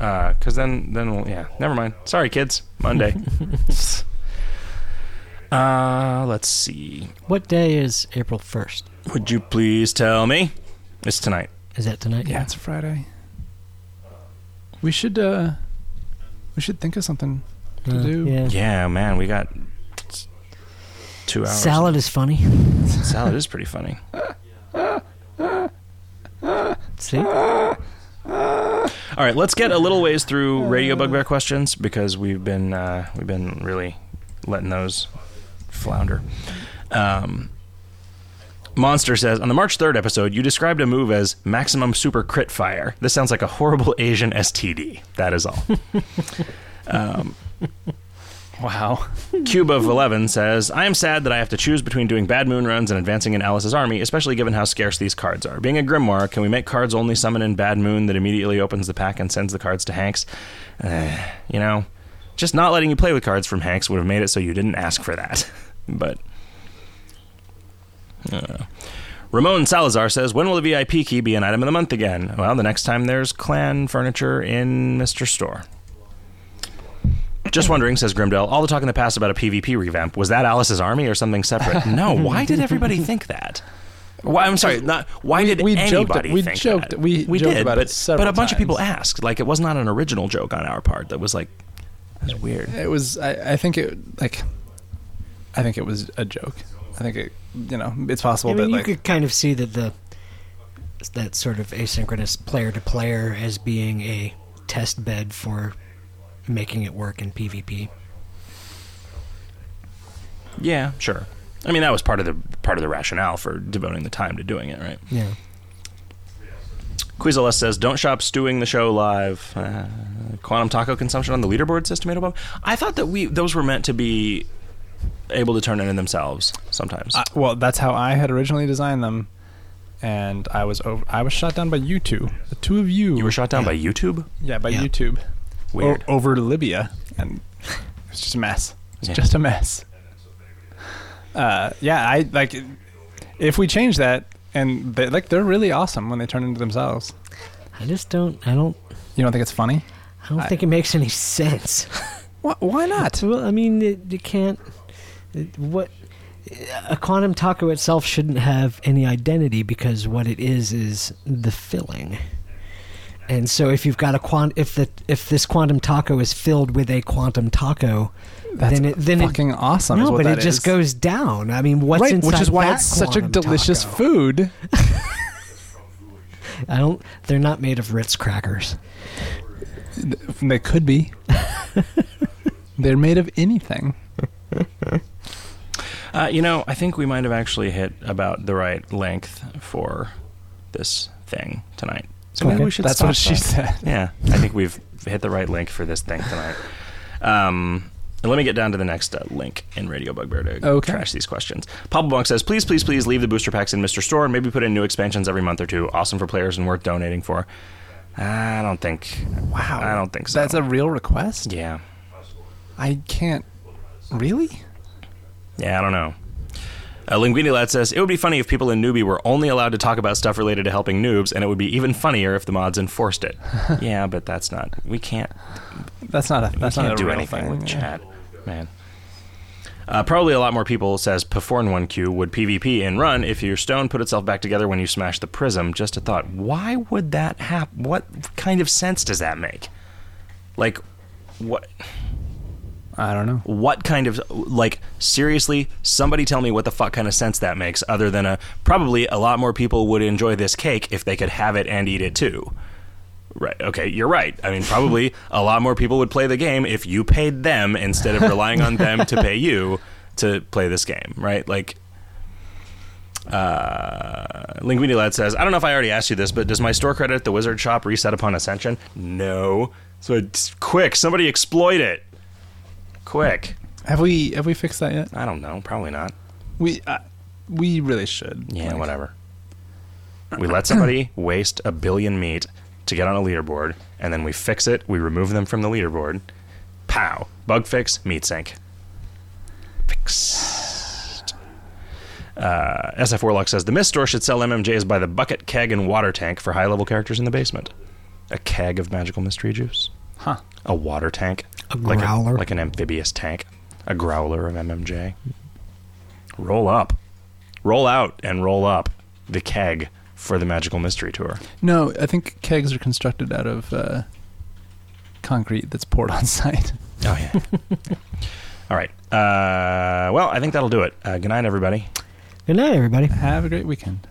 Uh, cause then then we'll yeah. Never mind. Sorry, kids. Monday. (laughs) (laughs) uh, let's see. What day is April 1st? Would you please tell me? It's tonight. Is that tonight? Yeah, it's Friday. We should. uh We should think of something. Yeah. to Uh, do. yeah. Yeah, man, we got two hours. Salad is funny. Salad is pretty funny. See? All right, let's get a little ways through radio bugbear questions because we've been uh, we've been really letting those flounder. Um, Monster says on the March third episode, you described a move as maximum super crit fire. This sounds like a horrible Asian STD. That is all. Wow. (laughs) Cube of 11 says, I am sad that I have to choose between doing bad moon runs and advancing in Alice's army, especially given how scarce these cards are. Being a grimoire, can we make cards only summon in bad moon that immediately opens the pack and sends the cards to Hanks? Eh, you know, just not letting you play with cards from Hanks would have made it so you didn't ask for that. (laughs) but. uh, Ramon Salazar says, When will the VIP key be an item of the month again? Well, the next time there's clan furniture in Mr. Store. Just wondering, says Grimdell, all the talk in the past about a PvP revamp, was that Alice's army or something (laughs) separate? no, why did everybody think that? Why, I'm sorry, not why did we joked- anybody we think joked- that? we joked did, about it but, several but a bunch of people times. asked. Like it was not an original joke on our part that was like it was weird. It was. I, I think it. Like. I think it was a joke. I think it. You know, it's possible I mean, that you like could kind of see that the that sort of asynchronous player to player as being a test bed for making it work in PvP. Yeah, sure. I mean that was part of the part of the rationale for devoting the time to doing it, right? Yeah. Quizzles says, "Don't shop stewing the show live." Uh, quantum taco consumption on the leaderboard says tomato bomb. I thought that we those were meant to be able to turn in on themselves sometimes. I, well, that's how I had originally designed them, and I was over, I was shot down by you two, the two of you. you were shot down by YouTube. yeah, by Yeah. YouTube. O- Weird. over Libya, and it's just a mess. It's Yeah. just a mess. Uh, yeah, I like if we change that, and they, like they're really awesome when they turn into themselves. I just don't. I don't. You don't think it's funny? I don't I- think it makes any sense. Why, why not? well, I mean, it, you can't. It, what a quantum taco itself shouldn't have any identity because what it is is the filling. And so, if you've got a quant, if the if this quantum taco is filled with a quantum taco, That's then it then it fucking awesome. is No, what but that it just is. goes down. I mean, what's right, inside which is why that it's such a quantum delicious taco? food. I don't. They're not made of Ritz crackers. They could (laughs) be. They're made of anything. Oh. Uh, you know, I think we might have actually hit about the right length for this thing tonight. So maybe Okay. we should. That's stop what she that. said. Yeah, I think we've hit the right link for this thing tonight. Um, And Let me get down to the next uh, link in Radio Bugbear to Okay. trash these questions. Pablo Bunk says, please, please, please leave the booster packs in Mr. Store and maybe put in new expansions every month or two. Awesome for players and worth donating for. I don't think. Wow. I don't think so. That's a real request? Yeah. I can't. Really? Yeah, I don't know. Uh, Linguini Lad says, It would be funny if people in Newbie were only allowed to talk about stuff related to helping noobs, and it would be even funnier if the mods enforced it. yeah, but that's not. We can't That's not a. That's can't not a do real anything thing. with Yeah. chat, man. Uh, probably a lot more people says Perforn One Q would PvP and run if your stone put itself back together when you smash the prism. Just a thought. Why would that happen? What kind of sense does that make? Like, what? I don't know. What kind of like seriously? Somebody tell me what the fuck kind of sense that makes. Other than a probably a lot more people would enjoy this cake if they could have it and eat it too. Right. Okay, you're right. I mean, probably a lot more people would play the game if you paid them instead of relying on them to pay you to play this game, right? Like uh, Linguini Lad says, I don't know if I already asked you this, but does my store credit at the Wizard Shop reset upon Ascension? No. So it's quick, somebody exploit it. Quick. Have we have we fixed that yet? I don't know. Probably not. We uh, we really should. Yeah, Like, whatever. We let somebody (clears throat) waste a billion meat to get on a leaderboard, and then we fix it. We remove them from the leaderboard. Pow! Bug fix. Meat sink. Fixed. Uh, SF Warlock says the Mist store should sell MMJs by the bucket, keg, and water tank for high level characters in the basement. A keg of magical mystery juice. Huh. A water tank. A like growler. Like, an amphibious tank. A growler of MMJ. Roll up. Roll out and roll up the keg for the Magical Mystery Tour. No, I think kegs are constructed out of uh, concrete that's poured (laughs) on site. Oh, yeah. (laughs) All right. Uh, well, I think that'll do it. Uh, good night, everybody. Good night, everybody. Have a great weekend.